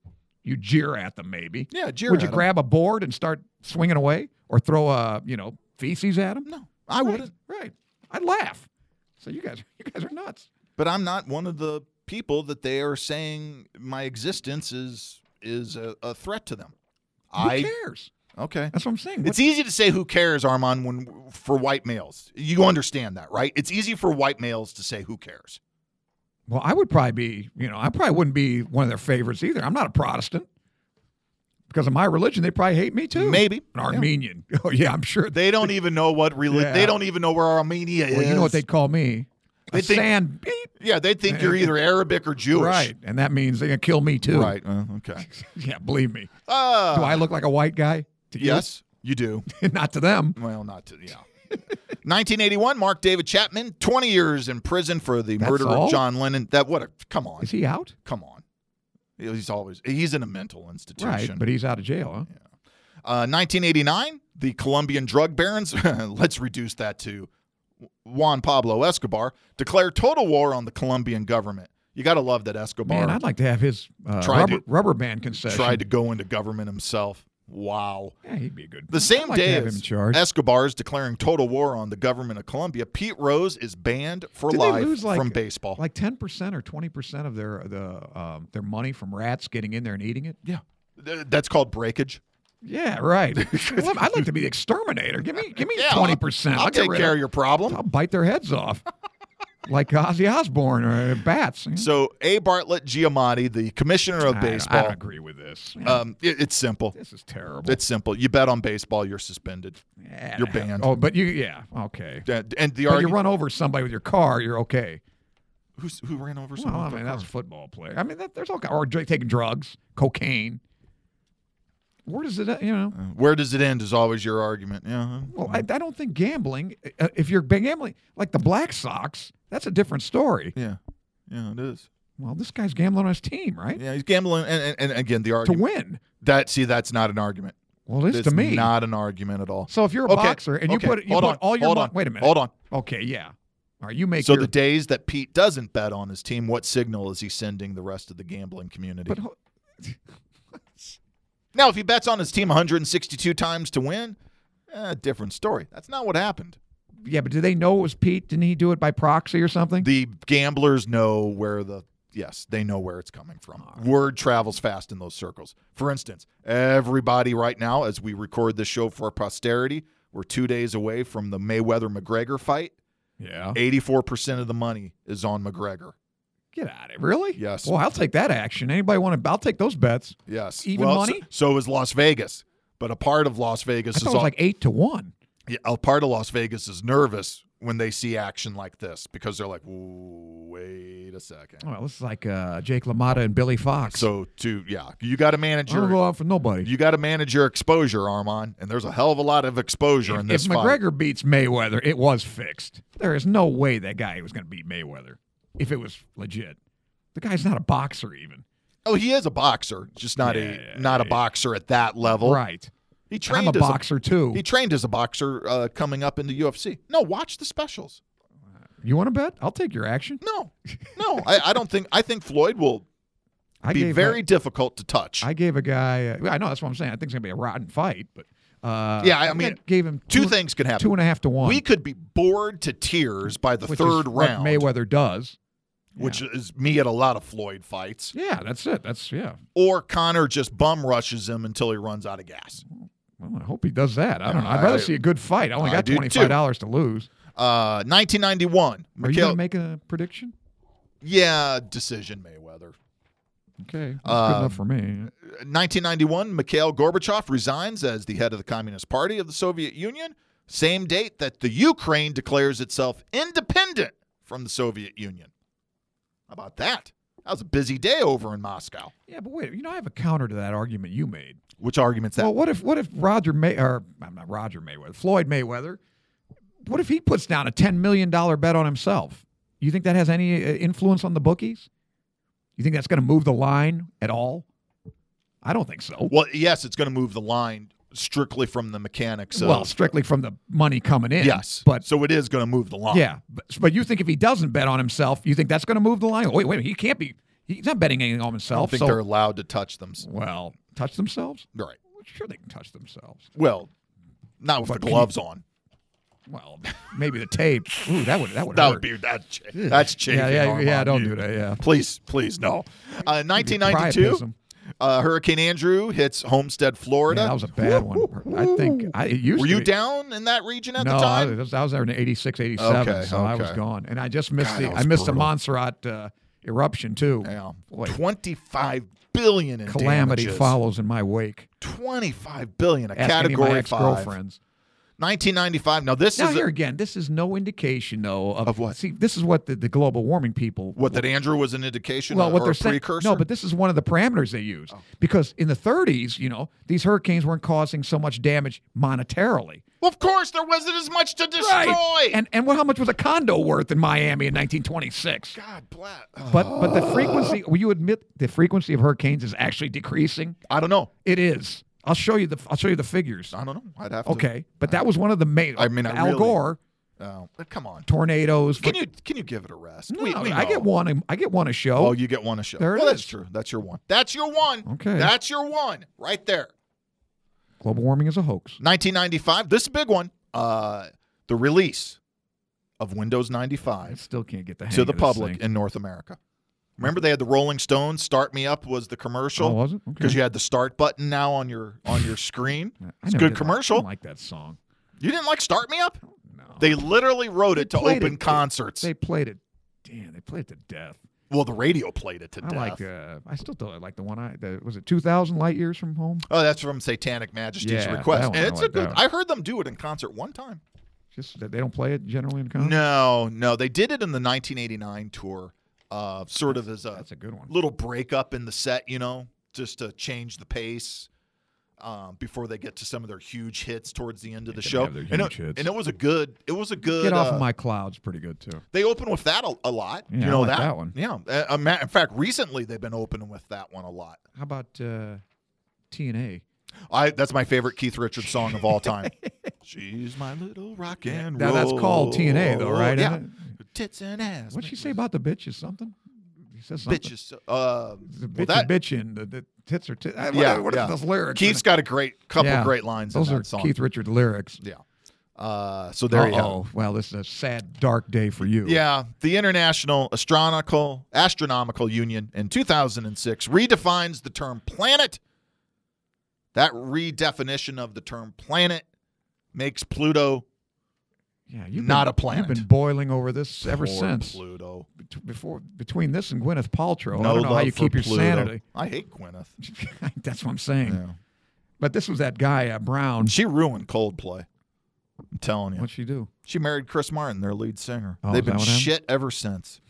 Speaker 4: You jeer at them, maybe.
Speaker 3: yeah. Jeer
Speaker 4: would
Speaker 3: at
Speaker 4: you
Speaker 3: 'em.
Speaker 4: grab a board and start swinging away, or throw a you know feces at them?
Speaker 3: No, I
Speaker 4: right,
Speaker 3: wouldn't.
Speaker 4: Right. I'd laugh. So you guys, you guys are nuts.
Speaker 3: But I'm not one of the people that they are saying my existence is is a, a threat to them.
Speaker 4: Who
Speaker 3: I
Speaker 4: cares?
Speaker 3: okay.
Speaker 4: That's what I'm saying.
Speaker 3: It's easy to say who cares, Armand, when for white males. You understand that, right? It's easy for white males to say who cares.
Speaker 4: Well, I would probably be, you know, I probably wouldn't be one of their favorites either. I'm not a Protestant. Because of my religion, they probably hate me too.
Speaker 3: Maybe.
Speaker 4: An
Speaker 3: Yeah.
Speaker 4: Armenian. Oh, yeah, I'm sure. They,
Speaker 3: They don't even know what religion.
Speaker 4: Yeah.
Speaker 3: They don't even know where Armenia is.
Speaker 4: well, you know what they'd call me?
Speaker 3: They
Speaker 4: a
Speaker 3: think-
Speaker 4: sand beep.
Speaker 3: yeah, they think you're either Arabic or Jewish.
Speaker 4: Right. And that means they're going to kill me too.
Speaker 3: Right. uh, okay.
Speaker 4: Yeah, believe me.
Speaker 3: Uh,
Speaker 4: Do I look like a white guy? To you?
Speaker 3: yes, you do.
Speaker 4: not to them.
Speaker 3: Well, not to yeah. 1981, Mark David Chapman, 20 years in prison for the
Speaker 4: That's
Speaker 3: murder of
Speaker 4: all?
Speaker 3: John Lennon. That what a come on,
Speaker 4: Is he out?
Speaker 3: come on. He's always he's in a mental institution.
Speaker 4: Right. But he's out of jail, huh?
Speaker 3: Uh, 1989, the Colombian drug barons, let's reduce that to Juan Pablo Escobar, declare total war on the Colombian government. You got to love that Escobar
Speaker 4: Man, I'd like to have his uh,
Speaker 3: Tried to-
Speaker 4: rubber, rubber band concession.
Speaker 3: tried to go into government himself. Wow.
Speaker 4: yeah, he'd be a good.
Speaker 3: The same
Speaker 4: I'd like to
Speaker 3: day
Speaker 4: have
Speaker 3: as
Speaker 4: him charged.
Speaker 3: Escobar is declaring total war on the government of Colombia, Pete Rose is banned for
Speaker 4: Did they
Speaker 3: life
Speaker 4: lose, like-
Speaker 3: from baseball.
Speaker 4: like ten percent or twenty percent of their the um, their money from rats getting in there and eating it.
Speaker 3: yeah. Th- That's called breakage.
Speaker 4: Yeah, right. well, I'd like to be the exterminator. Give me, give me
Speaker 3: Yeah, I'll-
Speaker 4: twenty percent.
Speaker 3: I'll, take care of your problem.
Speaker 4: I'll bite their heads off, like Ozzy Osbourne or uh, bats.
Speaker 3: So, A. Bartlett Giamatti, the commissioner of
Speaker 4: I don't- I,
Speaker 3: baseball,
Speaker 4: don't agree with this.
Speaker 3: um, it- it's simple.
Speaker 4: this is terrible.
Speaker 3: It's simple. You bet on baseball, you're suspended.
Speaker 4: Yeah.
Speaker 3: you're banned.
Speaker 4: Oh, but you, yeah, okay.
Speaker 3: And and the
Speaker 4: But you
Speaker 3: argument
Speaker 4: run over somebody with your car, you're okay.
Speaker 3: who's, who ran over
Speaker 4: Well,
Speaker 3: someone.
Speaker 4: I
Speaker 3: with
Speaker 4: mean,
Speaker 3: their
Speaker 4: that's a
Speaker 3: car?
Speaker 4: football player. I mean, that, there's all ki- or dr- taking drugs, cocaine. Where does it, uh, you know?
Speaker 3: Uh, Where does it end is always your argument. Yeah.
Speaker 4: Well, I, I don't think gambling. uh, If you're gambling, like the Black Sox, that's a different story.
Speaker 3: Yeah. Yeah, it is.
Speaker 4: Well, this guy's gambling on his team, right?
Speaker 3: Yeah, he's gambling and, and, and again the
Speaker 4: To
Speaker 3: argument
Speaker 4: win.
Speaker 3: that see that's not an argument.
Speaker 4: Well, it is
Speaker 3: That's
Speaker 4: to me.
Speaker 3: not an argument at all.
Speaker 4: so if you're a boxer and you
Speaker 3: okay,
Speaker 4: put you
Speaker 3: hold
Speaker 4: put
Speaker 3: on,
Speaker 4: all your
Speaker 3: hold
Speaker 4: mon-
Speaker 3: on,
Speaker 4: wait a minute.
Speaker 3: Hold on.
Speaker 4: Okay, yeah. All right, you make
Speaker 3: So
Speaker 4: your
Speaker 3: the days that Pete doesn't bet on his team, what signal is he sending the rest of the gambling community?
Speaker 4: but ho-
Speaker 3: now, if he bets on his team 162 times to win, eh, different story. That's not what happened.
Speaker 4: yeah, but do they know it was Pete? Didn't he do it by proxy or something?
Speaker 3: the gamblers know where the yes they know where it's coming from word travels fast in those circles for instance everybody right now as we record this show for posterity we're two days away from the mayweather mcgregor fight
Speaker 4: yeah.
Speaker 3: 84% of the money is on mcgregor
Speaker 4: Get out of it. Really?
Speaker 3: Yes.
Speaker 4: Well, I'll take that action. Anybody want to? I'll take those bets.
Speaker 3: yes
Speaker 4: Even
Speaker 3: well,
Speaker 4: money?
Speaker 3: so, so is las vegas but a part of las vegas
Speaker 4: I
Speaker 3: is
Speaker 4: thought it
Speaker 3: all-
Speaker 4: was like eight to one.
Speaker 3: yeah, a part of las vegas is nervous when they see action like this because they're like "Ooh, wait a second
Speaker 4: Well, this is like uh, Jake LaMotta and Billy Fox.
Speaker 3: so to yeah you got to manage
Speaker 4: I don't
Speaker 3: your
Speaker 4: go out for nobody.
Speaker 3: You got to manage your exposure, Armand, and there's a hell of a lot of exposure in
Speaker 4: if
Speaker 3: this fight.
Speaker 4: McGregor beats Mayweather, it was fixed. There is no way that guy was going to beat Mayweather if it was legit. The guy's not a boxer, even.
Speaker 3: Oh, he is a boxer, just not
Speaker 4: Yeah,
Speaker 3: a not a boxer at that level.
Speaker 4: right.
Speaker 3: He
Speaker 4: I'm
Speaker 3: trained
Speaker 4: a
Speaker 3: as
Speaker 4: boxer too.
Speaker 3: he trained as a boxer uh, coming up into UFC. No, watch the specials.
Speaker 4: you want to bet? I'll take your action.
Speaker 3: No, no, I, I don't think. I think Floyd will
Speaker 4: I
Speaker 3: be
Speaker 4: gave
Speaker 3: very
Speaker 4: A,
Speaker 3: difficult to touch.
Speaker 4: I gave a guy. Uh, I know that's what I'm saying. I think it's going to be a rotten fight, but uh,
Speaker 3: Yeah, I
Speaker 4: think
Speaker 3: mean,
Speaker 4: gave him
Speaker 3: Two things could happen.
Speaker 4: two and a half to one.
Speaker 3: we could be bored to tears by the
Speaker 4: which is
Speaker 3: third
Speaker 4: what
Speaker 3: round,
Speaker 4: Mayweather does.
Speaker 3: which is me at a lot of Floyd fights,
Speaker 4: Yeah, that's it. That's yeah.
Speaker 3: or Connor just bum rushes him until he runs out of gas.
Speaker 4: Well, I hope he does that. I don't know. I'd
Speaker 3: I-
Speaker 4: rather see a good fight. I only
Speaker 3: I
Speaker 4: got
Speaker 3: do too.
Speaker 4: twenty five dollars to lose.
Speaker 3: Uh, 1991.
Speaker 4: Are you
Speaker 3: Mikhail,
Speaker 4: gonna make a prediction?
Speaker 3: yeah, decision Mayweather.
Speaker 4: Okay, that's
Speaker 3: Um,
Speaker 4: good enough for me.
Speaker 3: 1991, Mikhail Gorbachev resigns as the head of the Communist Party of the Soviet Union. Same date that the Ukraine declares itself independent from the Soviet Union. How about that? That was a busy day over in Moscow.
Speaker 4: Yeah, but wait. You know, I have a counter to that argument you made.
Speaker 3: Which argument's that?
Speaker 4: well, what if what if Roger May or I'm not Roger Mayweather, Floyd Mayweather? What if he puts down a ten million dollar bet on himself? You think that has any uh, influence on the bookies? You think that's going to move the line at all? I don't think so.
Speaker 3: Well, yes, it's going to move the line strictly from the mechanics. Of,
Speaker 4: well, strictly from the money coming in.
Speaker 3: yes,
Speaker 4: but
Speaker 3: so it is going to move the line.
Speaker 4: yeah, but, but you think if he doesn't bet on himself, you think that's going to move the line? Wait, wait, a minute, he can't be. He's not betting anything on
Speaker 3: I don't
Speaker 4: himself.
Speaker 3: think
Speaker 4: so-
Speaker 3: they're allowed to touch them.
Speaker 4: well, touch themselves?
Speaker 3: Right.
Speaker 4: Well, Sure, they can touch themselves.
Speaker 3: Well, not with
Speaker 4: But
Speaker 3: the
Speaker 4: can you-
Speaker 3: gloves on.
Speaker 4: Well, maybe the tape. Ooh, that would that would
Speaker 3: That
Speaker 4: hurt.
Speaker 3: would be that's that's chafing.
Speaker 4: yeah, yeah, yeah.
Speaker 3: Armand.
Speaker 4: Don't
Speaker 3: You-
Speaker 4: do that. Yeah.
Speaker 3: Please, please, no. Uh,
Speaker 4: It'd be
Speaker 3: 1992,
Speaker 4: priapism.
Speaker 3: uh, Hurricane Andrew hits Homestead, Florida.
Speaker 4: Yeah, that was a bad one. I think I it used
Speaker 3: Were
Speaker 4: to
Speaker 3: you
Speaker 4: be-
Speaker 3: down in that region at the
Speaker 4: no, I
Speaker 3: time?
Speaker 4: was, I was there in 86, 87,
Speaker 3: Okay,
Speaker 4: so I was
Speaker 3: okay.
Speaker 4: gone. And I just missed
Speaker 3: God,
Speaker 4: the
Speaker 3: that
Speaker 4: I
Speaker 3: was
Speaker 4: missed the
Speaker 3: brutal.
Speaker 4: Montserrat uh, eruption too.
Speaker 3: yeah,
Speaker 4: Boy,
Speaker 3: 25 billion in
Speaker 4: calamity
Speaker 3: damages.
Speaker 4: follows in my wake.
Speaker 3: 25 billion, a
Speaker 4: Ask
Speaker 3: category
Speaker 4: any of my
Speaker 3: five.
Speaker 4: ex-girlfriends.
Speaker 3: 1995. Now this
Speaker 4: Now
Speaker 3: is a-
Speaker 4: here again, this is no indication though of,
Speaker 3: Of what?
Speaker 4: See, this is what the, the global warming people
Speaker 3: what that Andrew was an indication
Speaker 4: well,
Speaker 3: or,
Speaker 4: what
Speaker 3: or
Speaker 4: they're
Speaker 3: a
Speaker 4: saying,
Speaker 3: precursor. Oh.
Speaker 4: no, but this is one of the parameters they use because in the 30s, you know, these hurricanes weren't causing so much damage monetarily.
Speaker 3: well, of course there wasn't as much to destroy.
Speaker 4: And and what, how much was a condo worth in Miami in 1926?
Speaker 3: God bless.
Speaker 4: But but the frequency, will you admit the frequency of hurricanes is actually decreasing?
Speaker 3: I don't know.
Speaker 4: It is. I'll show you the I'll show you the figures.
Speaker 3: I don't know. I'd have to.
Speaker 4: Okay, but that was one of the main.
Speaker 3: I mean, I
Speaker 4: Al
Speaker 3: really-
Speaker 4: Gore
Speaker 3: Oh, come on.
Speaker 4: tornadoes.
Speaker 3: Can you can you give it a rest?
Speaker 4: No,
Speaker 3: We- we
Speaker 4: I get
Speaker 3: know.
Speaker 4: one. I get one a show.
Speaker 3: Oh, you get one a show.
Speaker 4: There it
Speaker 3: well, that's
Speaker 4: is.
Speaker 3: true. That's your one. That's your one.
Speaker 4: Okay.
Speaker 3: That's your one right there.
Speaker 4: Global warming is a hoax.
Speaker 3: 1995. This is a big one. Uh, the release of Windows
Speaker 4: I
Speaker 3: 95
Speaker 4: still can't get the hang
Speaker 3: to
Speaker 4: of
Speaker 3: the
Speaker 4: this
Speaker 3: public
Speaker 4: thing.
Speaker 3: in North America. Remember they had the Rolling Stones "Start Me Up" was the
Speaker 4: Oh,
Speaker 3: commercial
Speaker 4: was it? Okay.
Speaker 3: because you had the start button now on your on your screen.
Speaker 4: I
Speaker 3: It's a good
Speaker 4: never did like- I
Speaker 3: commercial.
Speaker 4: don't like that song.
Speaker 3: You didn't like "Start Me Up"?
Speaker 4: No.
Speaker 3: They literally wrote it to
Speaker 4: played
Speaker 3: open
Speaker 4: it.
Speaker 3: concerts.
Speaker 4: They played it. Damn, they played it to death.
Speaker 3: well, the radio played it to
Speaker 4: I
Speaker 3: death.
Speaker 4: like uh, I still don't like the one I the, was it two thousand light years from home.
Speaker 3: Oh, that's from Satanic Majesty's
Speaker 4: Yeah, that
Speaker 3: Request.
Speaker 4: one,
Speaker 3: And
Speaker 4: I
Speaker 3: it's a
Speaker 4: like that
Speaker 3: good.
Speaker 4: one.
Speaker 3: I heard them do it in concert one time.
Speaker 4: Just that they don't play it generally in concert.
Speaker 3: No, no, they did it in the 1989 tour, uh, sort of as a
Speaker 4: That's a good one.
Speaker 3: little breakup in the set, you know, just to change the pace um, before they get to some of their huge hits towards the end of the
Speaker 4: can
Speaker 3: show.
Speaker 4: have their
Speaker 3: and, it,
Speaker 4: huge hits.
Speaker 3: and it was a good. It was a good.
Speaker 4: Get off
Speaker 3: uh,
Speaker 4: of my clouds, pretty good too.
Speaker 3: They open with that a, a lot.
Speaker 4: Yeah,
Speaker 3: you
Speaker 4: I
Speaker 3: know
Speaker 4: like that one.
Speaker 3: Yeah. Uh, a ma- in fact, recently they've been opening with that one a lot.
Speaker 4: How about uh, TNA?
Speaker 3: I that's my favorite Keith Richards song of all time. She's my little rock and
Speaker 4: Now
Speaker 3: roll.
Speaker 4: that's called TNA though, right?
Speaker 3: Yeah.
Speaker 4: Isn't it?
Speaker 3: Tits and ass.
Speaker 4: What'd she
Speaker 3: make
Speaker 4: say about the bitches? Something? He says something.
Speaker 3: Bitches. Uh,
Speaker 4: The
Speaker 3: well,
Speaker 4: bitch
Speaker 3: that,
Speaker 4: bitching. The, the tits are tits. What,
Speaker 3: Yeah,
Speaker 4: are- what
Speaker 3: yeah.
Speaker 4: are those lyrics?
Speaker 3: Keith's got a great couple
Speaker 4: Yeah.
Speaker 3: great lines
Speaker 4: those
Speaker 3: in that
Speaker 4: are
Speaker 3: song.
Speaker 4: Keith Richard lyrics.
Speaker 3: Yeah. Uh, so there you go.
Speaker 4: oh Well, this is a sad, dark day for you.
Speaker 3: Yeah, the International Astronomical Astronomical Union in 2006 redefines the term planet. That redefinition of the term planet makes Pluto
Speaker 4: Yeah, you've
Speaker 3: Not
Speaker 4: been-
Speaker 3: a planet.
Speaker 4: You've been boiling over this ever
Speaker 3: Poor
Speaker 4: since.
Speaker 3: Pluto.
Speaker 4: Bet- Before between this and Gwyneth Paltrow,
Speaker 3: No
Speaker 4: I don't know how
Speaker 3: love
Speaker 4: you
Speaker 3: for
Speaker 4: keep your
Speaker 3: Pluto.
Speaker 4: sanity.
Speaker 3: I hate Gwyneth.
Speaker 4: That's what I'm saying.
Speaker 3: Yeah.
Speaker 4: But this was that guy uh, Brown.
Speaker 3: She ruined Coldplay. I'm telling you.
Speaker 4: What'd she do?
Speaker 3: She married Chris Martin, their lead singer.
Speaker 4: Oh,
Speaker 3: They've
Speaker 4: is that
Speaker 3: been
Speaker 4: what happened?
Speaker 3: shit ever since.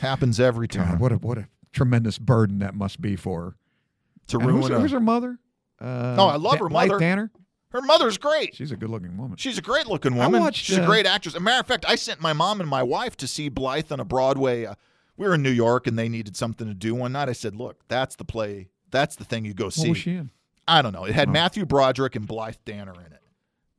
Speaker 3: Happens every
Speaker 4: God,
Speaker 3: time.
Speaker 4: what a what a tremendous burden that must be for her.
Speaker 3: to
Speaker 4: And
Speaker 3: ruin
Speaker 4: who's,
Speaker 3: a-
Speaker 4: who's her mother? Uh,
Speaker 3: No, I love her
Speaker 4: Blythe
Speaker 3: mother.
Speaker 4: Danner.
Speaker 3: her mother's great.
Speaker 4: She's a good-looking woman.
Speaker 3: She's a great looking woman.
Speaker 4: watched,
Speaker 3: She's a
Speaker 4: uh,
Speaker 3: great actress. As a matter of fact, I sent my mom and my wife to see Blythe on a Broadway. Uh, we were in New York and they needed something to do one night. I said, Look, that's the play. That's the thing you go
Speaker 4: what
Speaker 3: see.
Speaker 4: was she in?
Speaker 3: I don't know. It
Speaker 4: Oh.
Speaker 3: had Matthew Broderick and Blythe Danner in it.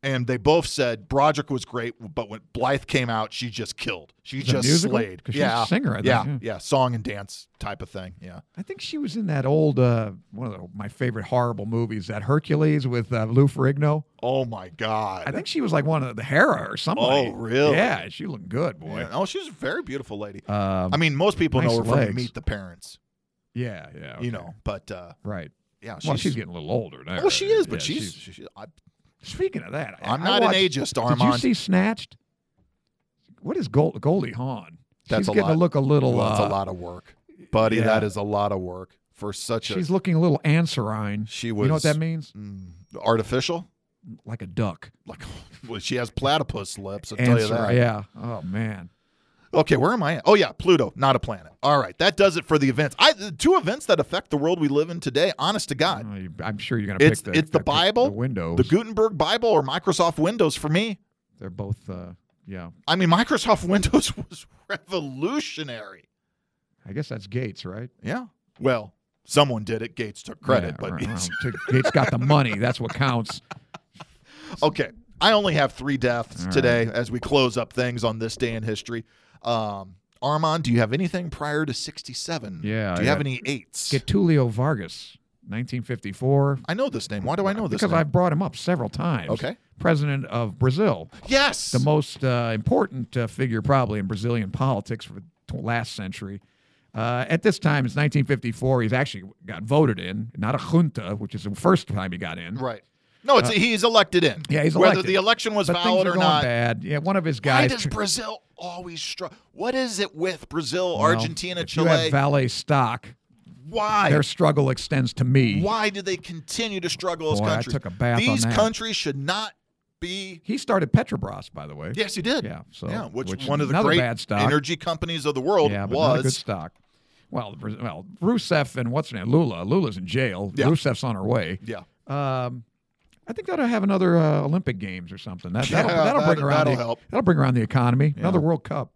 Speaker 3: And they both said Broderick was great, but when Blythe came out, she just killed. She
Speaker 4: Was it a
Speaker 3: just
Speaker 4: musical?
Speaker 3: slayed.
Speaker 4: 'Cause she's a
Speaker 3: yeah.
Speaker 4: singer, I think,
Speaker 3: yeah,
Speaker 4: yeah.
Speaker 3: yeah. Song and dance type of thing. Yeah.
Speaker 4: I think she was in that old uh, one of the, my favorite horrible movies, that Hercules with uh, Lou Ferrigno.
Speaker 3: Oh my God.
Speaker 4: I think she was like one of the Hera or somebody.
Speaker 3: Oh, really?
Speaker 4: Yeah, she looked good, boy.
Speaker 3: Yeah. Oh, she's a very beautiful lady.
Speaker 4: Um,
Speaker 3: I mean, most people know
Speaker 4: nice
Speaker 3: her from
Speaker 4: legs.
Speaker 3: Meet the Parents,
Speaker 4: yeah, yeah. okay.
Speaker 3: you know, but uh,
Speaker 4: right?
Speaker 3: yeah, she's,
Speaker 4: Well, she's getting a little older now.
Speaker 3: well, she is, but
Speaker 4: Yeah,
Speaker 3: she's, she's, I,
Speaker 4: Speaking of that, I-
Speaker 3: I'm
Speaker 4: I
Speaker 3: not an
Speaker 4: watched-
Speaker 3: ageist,
Speaker 4: Did you
Speaker 3: Armand.
Speaker 4: see Snatched? What is Gold, Goldie Hawn?
Speaker 3: That's
Speaker 4: she's
Speaker 3: a
Speaker 4: getting
Speaker 3: lot.
Speaker 4: to look a little.
Speaker 3: Well, that's
Speaker 4: uh,
Speaker 3: a lot of work, buddy.
Speaker 4: yeah.
Speaker 3: That is a lot of work for such a
Speaker 4: She's looking a little anserine.
Speaker 3: She
Speaker 4: You know what
Speaker 3: was-
Speaker 4: that means?
Speaker 3: mm, artificial.
Speaker 4: Like a duck.
Speaker 3: Like well, she has platypus lips. I'll tell you
Speaker 4: Answer,
Speaker 3: that.
Speaker 4: yeah. Oh man.
Speaker 3: Okay, where am I? At? Oh yeah, Pluto, not a planet. All right, that does it for the events. I the two events that affect the world we live in today. Honest to God,
Speaker 4: Oh, you- I'm sure you're gonna.
Speaker 3: it's
Speaker 4: pick the,
Speaker 3: it's the
Speaker 4: pick
Speaker 3: Bible,
Speaker 4: the Windows.
Speaker 3: the Gutenberg Bible, or Microsoft Windows for me.
Speaker 4: They're both. Uh, yeah.
Speaker 3: I mean, Microsoft Windows was revolutionary.
Speaker 4: I guess that's Gates, right?
Speaker 3: Yeah. Well, someone did it. Gates took credit,
Speaker 4: Yeah,
Speaker 3: but
Speaker 4: right. I don't think- Gates got the money. That's what counts.
Speaker 3: Okay. I only have three deaths
Speaker 4: All
Speaker 3: today as we close up things on this day in history. Um, Armand, do you have anything prior to 67?
Speaker 4: Yeah,
Speaker 3: Do you
Speaker 4: I
Speaker 3: have
Speaker 4: got-
Speaker 3: any eights?
Speaker 4: Getulio Vargas, 1954.
Speaker 3: I know this name. Why do I know this
Speaker 4: because
Speaker 3: name?
Speaker 4: I've brought him up several times.
Speaker 3: Okay.
Speaker 4: President of Brazil,
Speaker 3: yes.
Speaker 4: the most uh, important uh, figure probably in Brazilian politics for the last century. Uh, at this time, it's 1954. He's actually got voted in, not a junta, which is the first time he got in.
Speaker 3: right. No, it's he's elected in.
Speaker 4: Uh, yeah, he's
Speaker 3: Whether
Speaker 4: elected.
Speaker 3: the election was
Speaker 4: But things
Speaker 3: valid
Speaker 4: are
Speaker 3: or
Speaker 4: going
Speaker 3: not.
Speaker 4: bad. Yeah, one of his
Speaker 3: Why
Speaker 4: guys.
Speaker 3: does
Speaker 4: tr-
Speaker 3: Brazil always struggle? What is it with Brazil,
Speaker 4: well,
Speaker 3: Argentina,
Speaker 4: if
Speaker 3: Chile?
Speaker 4: You have valet stock.
Speaker 3: Why?
Speaker 4: Their struggle extends to me.
Speaker 3: Why do they continue to struggle as
Speaker 4: Boy, I
Speaker 3: countries?
Speaker 4: took a bath on
Speaker 3: These
Speaker 4: that.
Speaker 3: countries should not be.
Speaker 4: He started Petrobras, by the way.
Speaker 3: Yes, he did.
Speaker 4: Yeah, so-
Speaker 3: yeah, which,
Speaker 4: which
Speaker 3: one of the
Speaker 4: another
Speaker 3: great
Speaker 4: bad stock.
Speaker 3: energy companies of the world
Speaker 4: yeah, but not a good
Speaker 3: was.
Speaker 4: stock. Well, Bra- well, Rusev and what's her name, Lula. Lula's in jail.
Speaker 3: Yeah.
Speaker 4: Rusev's on her way.
Speaker 3: Yeah,
Speaker 4: Um, I think that'll have another uh, Olympic Games or something. That, that'll,
Speaker 3: Yeah,
Speaker 4: that'll bring
Speaker 3: that-
Speaker 4: around.
Speaker 3: that'll
Speaker 4: the,
Speaker 3: help.
Speaker 4: That'll bring around the economy. Another World Cup.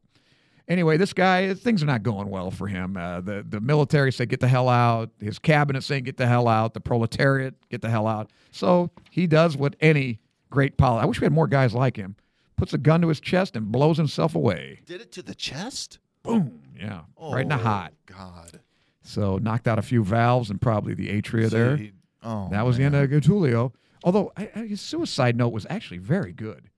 Speaker 4: Anyway, this guy, things are not going well for him. Uh, the the military said get the hell out. His cabinet saying get the hell out. The proletariat get the hell out. So he does what any great polit. I wish we had more guys like him. Puts a gun to his chest and blows himself away.
Speaker 3: did it to the chest.
Speaker 4: Boom. Yeah, right in the
Speaker 3: Oh,
Speaker 4: hot.
Speaker 3: God.
Speaker 4: So knocked out a few valves and probably the atria
Speaker 3: So
Speaker 4: there.
Speaker 3: he- oh,
Speaker 4: that was the end of Getulio. Although I, I, his suicide note was actually very good.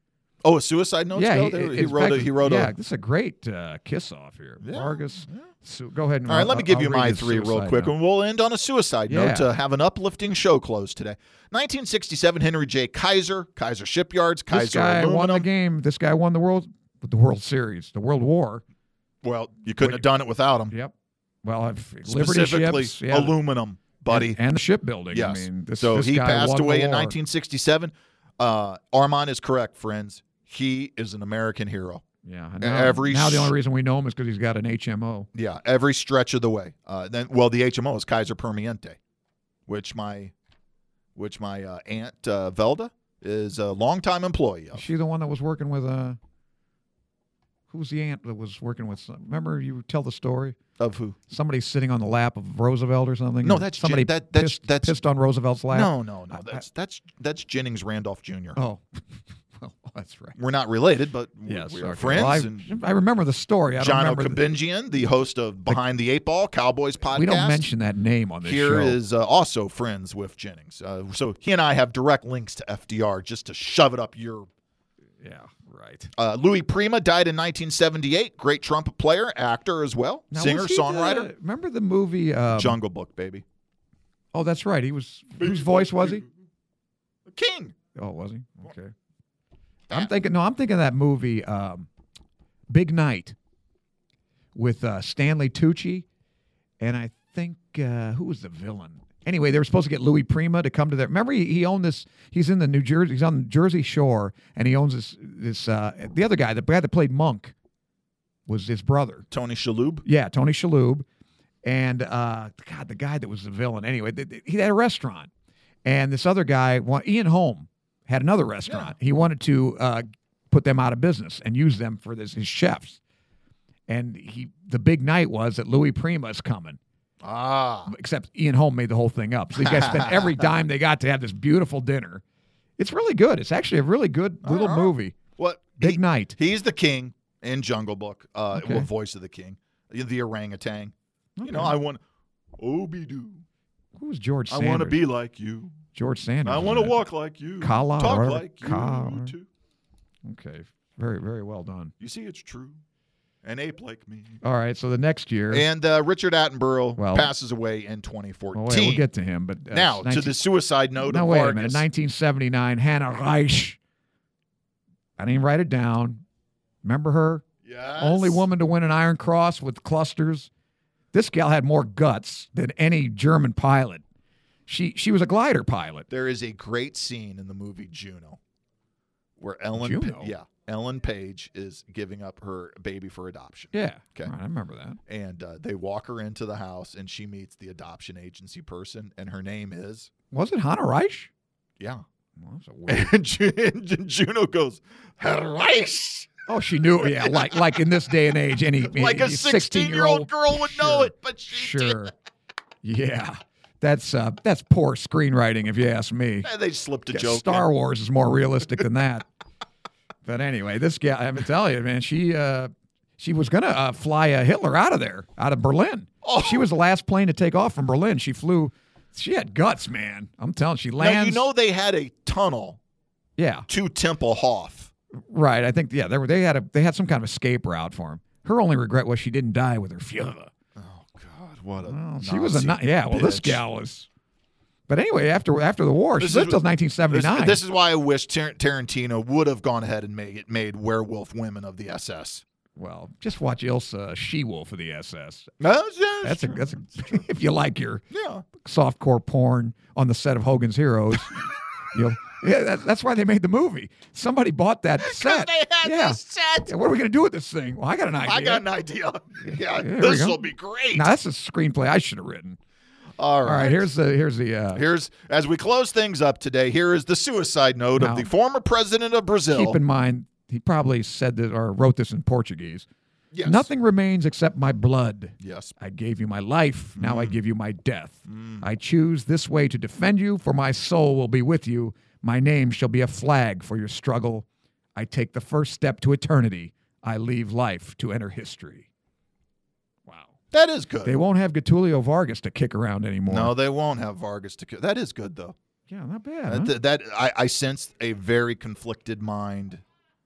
Speaker 3: oh, a suicide note.
Speaker 4: yeah,
Speaker 3: still? There- he,
Speaker 4: in
Speaker 3: wrote
Speaker 4: fact,
Speaker 3: a. He wrote
Speaker 4: yeah,
Speaker 3: a.
Speaker 4: this is a great uh, kiss off here.
Speaker 3: Yeah,
Speaker 4: Vargas, su- go ahead. And
Speaker 3: All right,
Speaker 4: I'll-
Speaker 3: let me
Speaker 4: I'll-
Speaker 3: give
Speaker 4: I'll
Speaker 3: you
Speaker 4: read
Speaker 3: my
Speaker 4: his
Speaker 3: three real
Speaker 4: suicide
Speaker 3: quick,
Speaker 4: note.
Speaker 3: and we'll end on a suicide
Speaker 4: Yeah.
Speaker 3: note to have an uplifting show close today. 1967, Henry J. Kaiser, Kaiser Shipyards,
Speaker 4: This
Speaker 3: Kaiser
Speaker 4: guy won the
Speaker 3: Aluminum.
Speaker 4: game. This guy won the world, the World Series, the World War.
Speaker 3: Well, you couldn't have done it without him.
Speaker 4: Yep. Well, I've, Liberty
Speaker 3: Specifically,
Speaker 4: ships, yeah,
Speaker 3: aluminum, buddy.
Speaker 4: and, and the shipbuilding.
Speaker 3: Yes.
Speaker 4: I mean, this,
Speaker 3: so
Speaker 4: this
Speaker 3: he
Speaker 4: guy won
Speaker 3: passed
Speaker 4: the
Speaker 3: away in
Speaker 4: war.
Speaker 3: 1967. Uh, Armand is correct, friends. He is an American hero.
Speaker 4: Yeah. and Now,
Speaker 3: e every
Speaker 4: now the
Speaker 3: sh-
Speaker 4: only reason we know him is because he's got an HMO.
Speaker 3: Yeah, every stretch of the way. Uh, then, well, the HMO is Kaiser Permanente, which my, which my uh, aunt uh, Velda is a longtime employee
Speaker 4: Is
Speaker 3: of.
Speaker 4: she the one that was working with uh who was the aunt that was working with some- remember you tell the story?
Speaker 3: Of who?
Speaker 4: Somebody sitting on the lap of Roosevelt or something?
Speaker 3: No,
Speaker 4: and
Speaker 3: that's Jan-
Speaker 4: somebody
Speaker 3: that- that's-
Speaker 4: pissed,
Speaker 3: that's-
Speaker 4: pissed on Roosevelt's lap.
Speaker 3: No, no,
Speaker 4: I-
Speaker 3: no.
Speaker 4: I-
Speaker 3: Uh, That's that's that's Jennings Randolph Jr.
Speaker 4: Oh. well, that's right.
Speaker 3: We're not related, but we- we
Speaker 4: okay.
Speaker 3: are friends.
Speaker 4: Well, I,
Speaker 3: and
Speaker 4: I remember the story. I don't
Speaker 3: John
Speaker 4: remember the-
Speaker 3: O'Kabinjian, the host of Behind the Eight Ball Cowboys podcast.
Speaker 4: we don't mention that name on this
Speaker 3: Here
Speaker 4: show.
Speaker 3: is uh, also friends with Jennings. Uh, so he and I have direct links to FDR just to shove it up your.
Speaker 4: yeah, right.
Speaker 3: Uh, Louis Prima died in 1978. Great trumpet player, actor as well,
Speaker 4: Now,
Speaker 3: singer,
Speaker 4: was he
Speaker 3: songwriter.
Speaker 4: the- remember the movie um,
Speaker 3: Jungle Book, baby.
Speaker 4: Oh, that's right. He was whose voice was he?
Speaker 3: King.
Speaker 4: Oh, was he? Okay. I'm thinking. No, I'm thinking of that movie, um, Big Night, with uh, Stanley Tucci, and I think uh, who was the villain? Anyway, they were supposed to get Louis Prima to come to their. Remember, he, he owned this. He's in the New Jersey. He's on the Jersey Shore, and he owns this. This uh, the other guy, the guy that played Monk, was his brother.
Speaker 3: Tony Shalhoub.
Speaker 4: Yeah, Tony Shalhoub, and uh, God, the guy that was the villain. Anyway, th- th- he had a restaurant, and this other guy, wa- Ian Holm, had another restaurant. He wanted to uh, put them out of business and use them for this, his chefs. And he, the big night was that Louis Prima's coming.
Speaker 3: Ah.
Speaker 4: Except Ian Holm made the whole thing up. So these guys spent every dime they got to have this beautiful dinner. It's really good. It's actually a really good little
Speaker 3: right.
Speaker 4: movie.
Speaker 3: What?
Speaker 4: Big
Speaker 3: he-
Speaker 4: night.
Speaker 3: He's the king in Jungle Book. Uh,
Speaker 4: Okay.
Speaker 3: well, voice of the king, the orangutan. You know,
Speaker 4: Okay.
Speaker 3: I want Obi Doo.
Speaker 4: Who was George
Speaker 3: I
Speaker 4: Sanders?
Speaker 3: want to be like you.
Speaker 4: George Sanders.
Speaker 3: I
Speaker 4: was
Speaker 3: want to
Speaker 4: in it.
Speaker 3: walk like you.
Speaker 4: Kala,
Speaker 3: talk
Speaker 4: or-
Speaker 3: like you
Speaker 4: Kala.
Speaker 3: too.
Speaker 4: Okay, very very well done.
Speaker 3: You see, it's true. An ape like me.
Speaker 4: All right. So the next year.
Speaker 3: And uh, Richard Attenborough
Speaker 4: Well-
Speaker 3: passes away in 2014.
Speaker 4: well, uh, wait, we'll get to him. But uh,
Speaker 3: now to
Speaker 4: 19
Speaker 3: the suicide note
Speaker 4: No,
Speaker 3: of
Speaker 4: wait
Speaker 3: Vargas.
Speaker 4: a minute. 1979, Hannah Reich. I didn't write it down. Remember her?
Speaker 3: Yes.
Speaker 4: Only woman to win an Iron Cross with clusters. This gal had more guts than any German pilot. She she was a glider pilot.
Speaker 3: There is a great scene in the movie Juno where Ellen
Speaker 4: Juno?
Speaker 3: yeah, Ellen Page is giving up her baby for adoption.
Speaker 4: Yeah.
Speaker 3: Okay.
Speaker 4: All right, I remember that.
Speaker 3: And uh, they walk her into the house and she meets the adoption agency person and her name is
Speaker 4: Was it Hannah Reich?
Speaker 3: yeah.
Speaker 4: Well, that's a weird.
Speaker 3: And, Ju- and Juno goes, "Harice!"
Speaker 4: oh, she knew. Yeah, like like in this day and age, any
Speaker 3: Like a 16 year old girl would know
Speaker 4: Sure.
Speaker 3: it, but she didn't.
Speaker 4: Sure. Yeah. That's uh that's poor screenwriting if you ask me.
Speaker 3: And They slipped a
Speaker 4: Yeah,
Speaker 3: joke.
Speaker 4: Star
Speaker 3: in.
Speaker 4: Wars is more realistic than that. but anyway, this gal, I'm telling you, man, she uh, she was gonna uh, fly uh, Hitler out of there, out of Berlin.
Speaker 3: Oh.
Speaker 4: She was the last plane to take off from Berlin. She flew. She had guts, man. I'm telling. She
Speaker 3: Now, you
Speaker 4: lands.
Speaker 3: know they had a tunnel
Speaker 4: yeah,
Speaker 3: to Tempelhof.
Speaker 4: right. I think yeah, they were. They had a. They had some kind of escape route for him. Her only regret was she didn't die with her Führer.
Speaker 3: Oh God, what a
Speaker 4: Well, she was
Speaker 3: Nazi
Speaker 4: a nut. Yeah. Well, this
Speaker 3: bitch.
Speaker 4: gal was. But anyway, after after the war,
Speaker 3: This
Speaker 4: she lived
Speaker 3: is-
Speaker 4: till
Speaker 3: This,
Speaker 4: 1979.
Speaker 3: this is why I wish Tar- Tarantino would have gone ahead and made it made werewolf women of the SS.
Speaker 4: well, just watch Ilsa She-Wolf of the SS.
Speaker 3: No,
Speaker 4: That's a that's a, if you like your
Speaker 3: yeah.
Speaker 4: softcore porn on the set of Hogan's Heroes. you know, yeah, that, that's why they made the movie. Somebody bought that set. yeah.
Speaker 3: set.
Speaker 4: Yeah, what are we going to do with this thing? Well, I got an idea.
Speaker 3: I got an idea. Yeah,
Speaker 4: There we
Speaker 3: this
Speaker 4: go.
Speaker 3: will be great.
Speaker 4: now that's a screenplay I should have written.
Speaker 3: All
Speaker 4: All
Speaker 3: right.
Speaker 4: right, here's the here's the uh,
Speaker 3: Here's as we close things up today. Here is the suicide note
Speaker 4: Now-
Speaker 3: of the former president of Brazil.
Speaker 4: keep in mind he probably said this or wrote this in Portuguese.
Speaker 3: yes.
Speaker 4: Nothing remains except my blood.
Speaker 3: Yes.
Speaker 4: I gave you my life. Now
Speaker 3: Mm.
Speaker 4: I give you my death. I choose this way to defend you, for my soul will be with you. My name shall be a flag for your struggle. I take the first step to eternity. I leave life to enter history. Wow.
Speaker 3: That is good.
Speaker 4: They won't have Getulio Vargas to kick around anymore.
Speaker 3: no, they won't have Vargas to kill. That is good though.
Speaker 4: Yeah, not bad. huh?
Speaker 3: That, that, I, I sensed a very conflicted mind.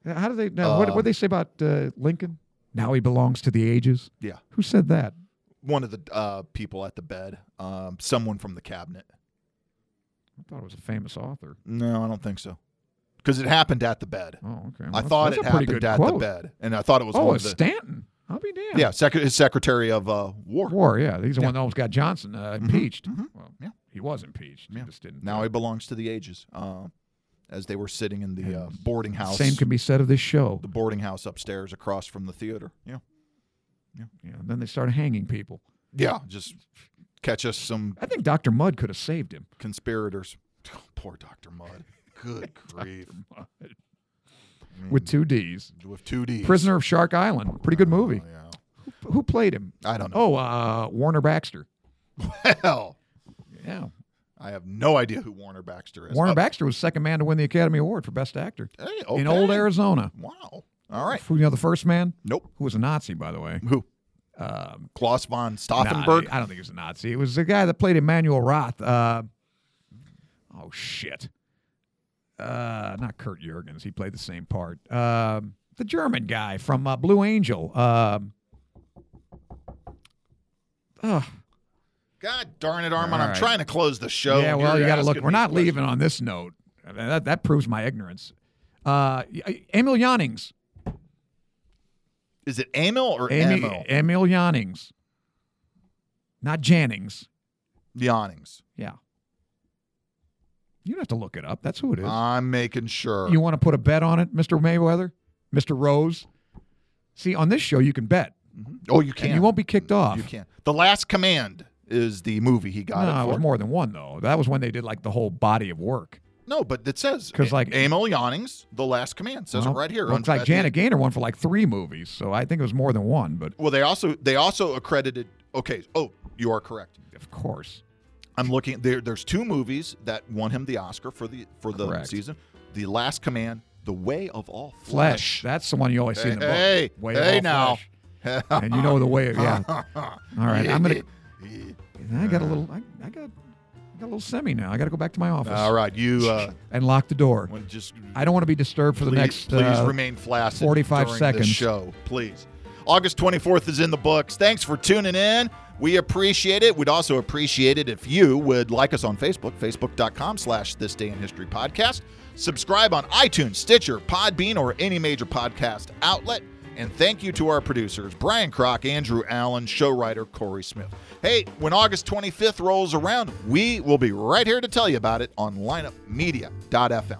Speaker 4: Yeah, How do they? Now, what
Speaker 3: Uh,
Speaker 4: what they say about uh, Lincoln? Now he belongs to the ages.
Speaker 3: Yeah.
Speaker 4: Who said that?
Speaker 3: one of the uh, people at the bed, um, someone from the cabinet.
Speaker 4: I thought it was a famous author.
Speaker 3: No, I don't think so, because it happened at the bed.
Speaker 4: Oh, okay. Well,
Speaker 3: I
Speaker 4: that's-
Speaker 3: thought
Speaker 4: that's
Speaker 3: it
Speaker 4: a pretty
Speaker 3: happened
Speaker 4: good
Speaker 3: at the
Speaker 4: quote.
Speaker 3: bed, and I thought it was one
Speaker 4: Oh,
Speaker 3: of
Speaker 4: it's
Speaker 3: the
Speaker 4: Stanton. I'll be damned.
Speaker 3: yeah, sec- his secretary of uh, war.
Speaker 4: War, yeah. He's the one that almost got Johnson uh, impeached. Well,
Speaker 3: Mm-hmm. Yeah.
Speaker 4: He was impeached. He
Speaker 3: Yeah.
Speaker 4: just didn't.
Speaker 3: Now he belongs to the ages. Uh, as they were sitting in the uh,
Speaker 4: And
Speaker 3: boarding house,
Speaker 4: Same can be said of this show.
Speaker 3: the boarding house upstairs across from the theater. Yeah,
Speaker 4: You know, then they started hanging people.
Speaker 3: yeah, just catch us some
Speaker 4: I think Dr. Mudd could have saved him.
Speaker 3: conspirators. Oh, poor Doctor Mudd. Good grief.
Speaker 4: With
Speaker 3: Mm.
Speaker 4: two D's.
Speaker 3: With two D.
Speaker 4: Prisoner of Shark Island. Pretty good movie.
Speaker 3: Yeah.
Speaker 4: Who played him?
Speaker 3: I don't know.
Speaker 4: Oh, uh, Warner Baxter.
Speaker 3: Hell.
Speaker 4: Yeah.
Speaker 3: I have no idea who Warner Baxter is.
Speaker 4: Warner
Speaker 3: Uh,
Speaker 4: Baxter was second man to win the Academy Award for Best Actor
Speaker 3: hey, okay.
Speaker 4: in old Arizona.
Speaker 3: Wow. All right.
Speaker 4: Who, you know, the first man?
Speaker 3: Nope.
Speaker 4: Who was a Nazi, by the way.
Speaker 3: Who?
Speaker 4: Um,
Speaker 3: Klaus von
Speaker 4: Nah,
Speaker 3: Stauffenberg.
Speaker 4: I don't think it was a Nazi. It was the guy that played Emmanuel Roth. Uh, oh shit. Uh, not Kurt Jurgens. He played the same part. Um, the German guy from uh, Blue Angel. Um, ugh.
Speaker 3: God darn it, Armin.
Speaker 4: All
Speaker 3: I'm
Speaker 4: right.
Speaker 3: trying to close the show.
Speaker 4: yeah,
Speaker 3: and
Speaker 4: well,
Speaker 3: you're
Speaker 4: you got to look.
Speaker 3: asking
Speaker 4: We're
Speaker 3: me
Speaker 4: not
Speaker 3: questions.
Speaker 4: leaving on this note. I mean, that that proves my ignorance. Uh, y- Emil Yannings.
Speaker 3: Is it Emil or
Speaker 4: Amy,
Speaker 3: Emil?
Speaker 4: Emil Yannings. Not Jannings.
Speaker 3: Yawnings.
Speaker 4: Yeah. You don't have to look it up. That's who it is.
Speaker 3: I'm making sure.
Speaker 4: You want to put a bet on it, Mr. Mayweather? Mr. Rose? See, on this show, you can bet.
Speaker 3: oh, you
Speaker 4: And
Speaker 3: can.
Speaker 4: you won't be kicked off.
Speaker 3: You can. The Last Command is the movie he got
Speaker 4: No,
Speaker 3: it
Speaker 4: it
Speaker 3: for.
Speaker 4: was more than one, though. That was when they did like the whole body of work.
Speaker 3: no, but it says
Speaker 4: 'Cause, like-
Speaker 3: Emil Yawnings, The Last Command says
Speaker 4: Well,
Speaker 3: it right here. on
Speaker 4: Looks like
Speaker 3: Beth
Speaker 4: Janet Gaynor won for like three movies, so I think it was more than one, but
Speaker 3: Well, they also they also accredited. Okay. Oh, you are correct.
Speaker 4: of course.
Speaker 3: I'm looking there. There's two movies that won him the Oscar for the for the
Speaker 4: Correct.
Speaker 3: season: The Last Command, The Way of All Flesh.
Speaker 4: Flesh. That's the one you always see in the book.
Speaker 3: Hey,
Speaker 4: Way of
Speaker 3: hey
Speaker 4: All
Speaker 3: now.
Speaker 4: Flesh. and you know the way, yeah. All right, I'm gonna. I got a little. I, I got. I got a little semi now. I got to go back to my office
Speaker 3: All right, you uh,
Speaker 4: and lock the door.
Speaker 3: when just
Speaker 4: I don't want to be disturbed for
Speaker 3: please,
Speaker 4: the next.
Speaker 3: please
Speaker 4: uh,
Speaker 3: remain flaccid.
Speaker 4: 45
Speaker 3: during this
Speaker 4: seconds.
Speaker 3: show, please. August 24th is in the books. Thanks for tuning in. We appreciate it. We'd also appreciate it if you would like us on Facebook, facebook.com slash This Day in History Podcast. Subscribe on iTunes, Stitcher, Podbean, or any major podcast outlet. And thank you to our producers, Brian Crock, Andrew Allen, show writer Corey Smith. Hey, when August 25th rolls around, we will be right here to tell you about it on lineupmedia.fm.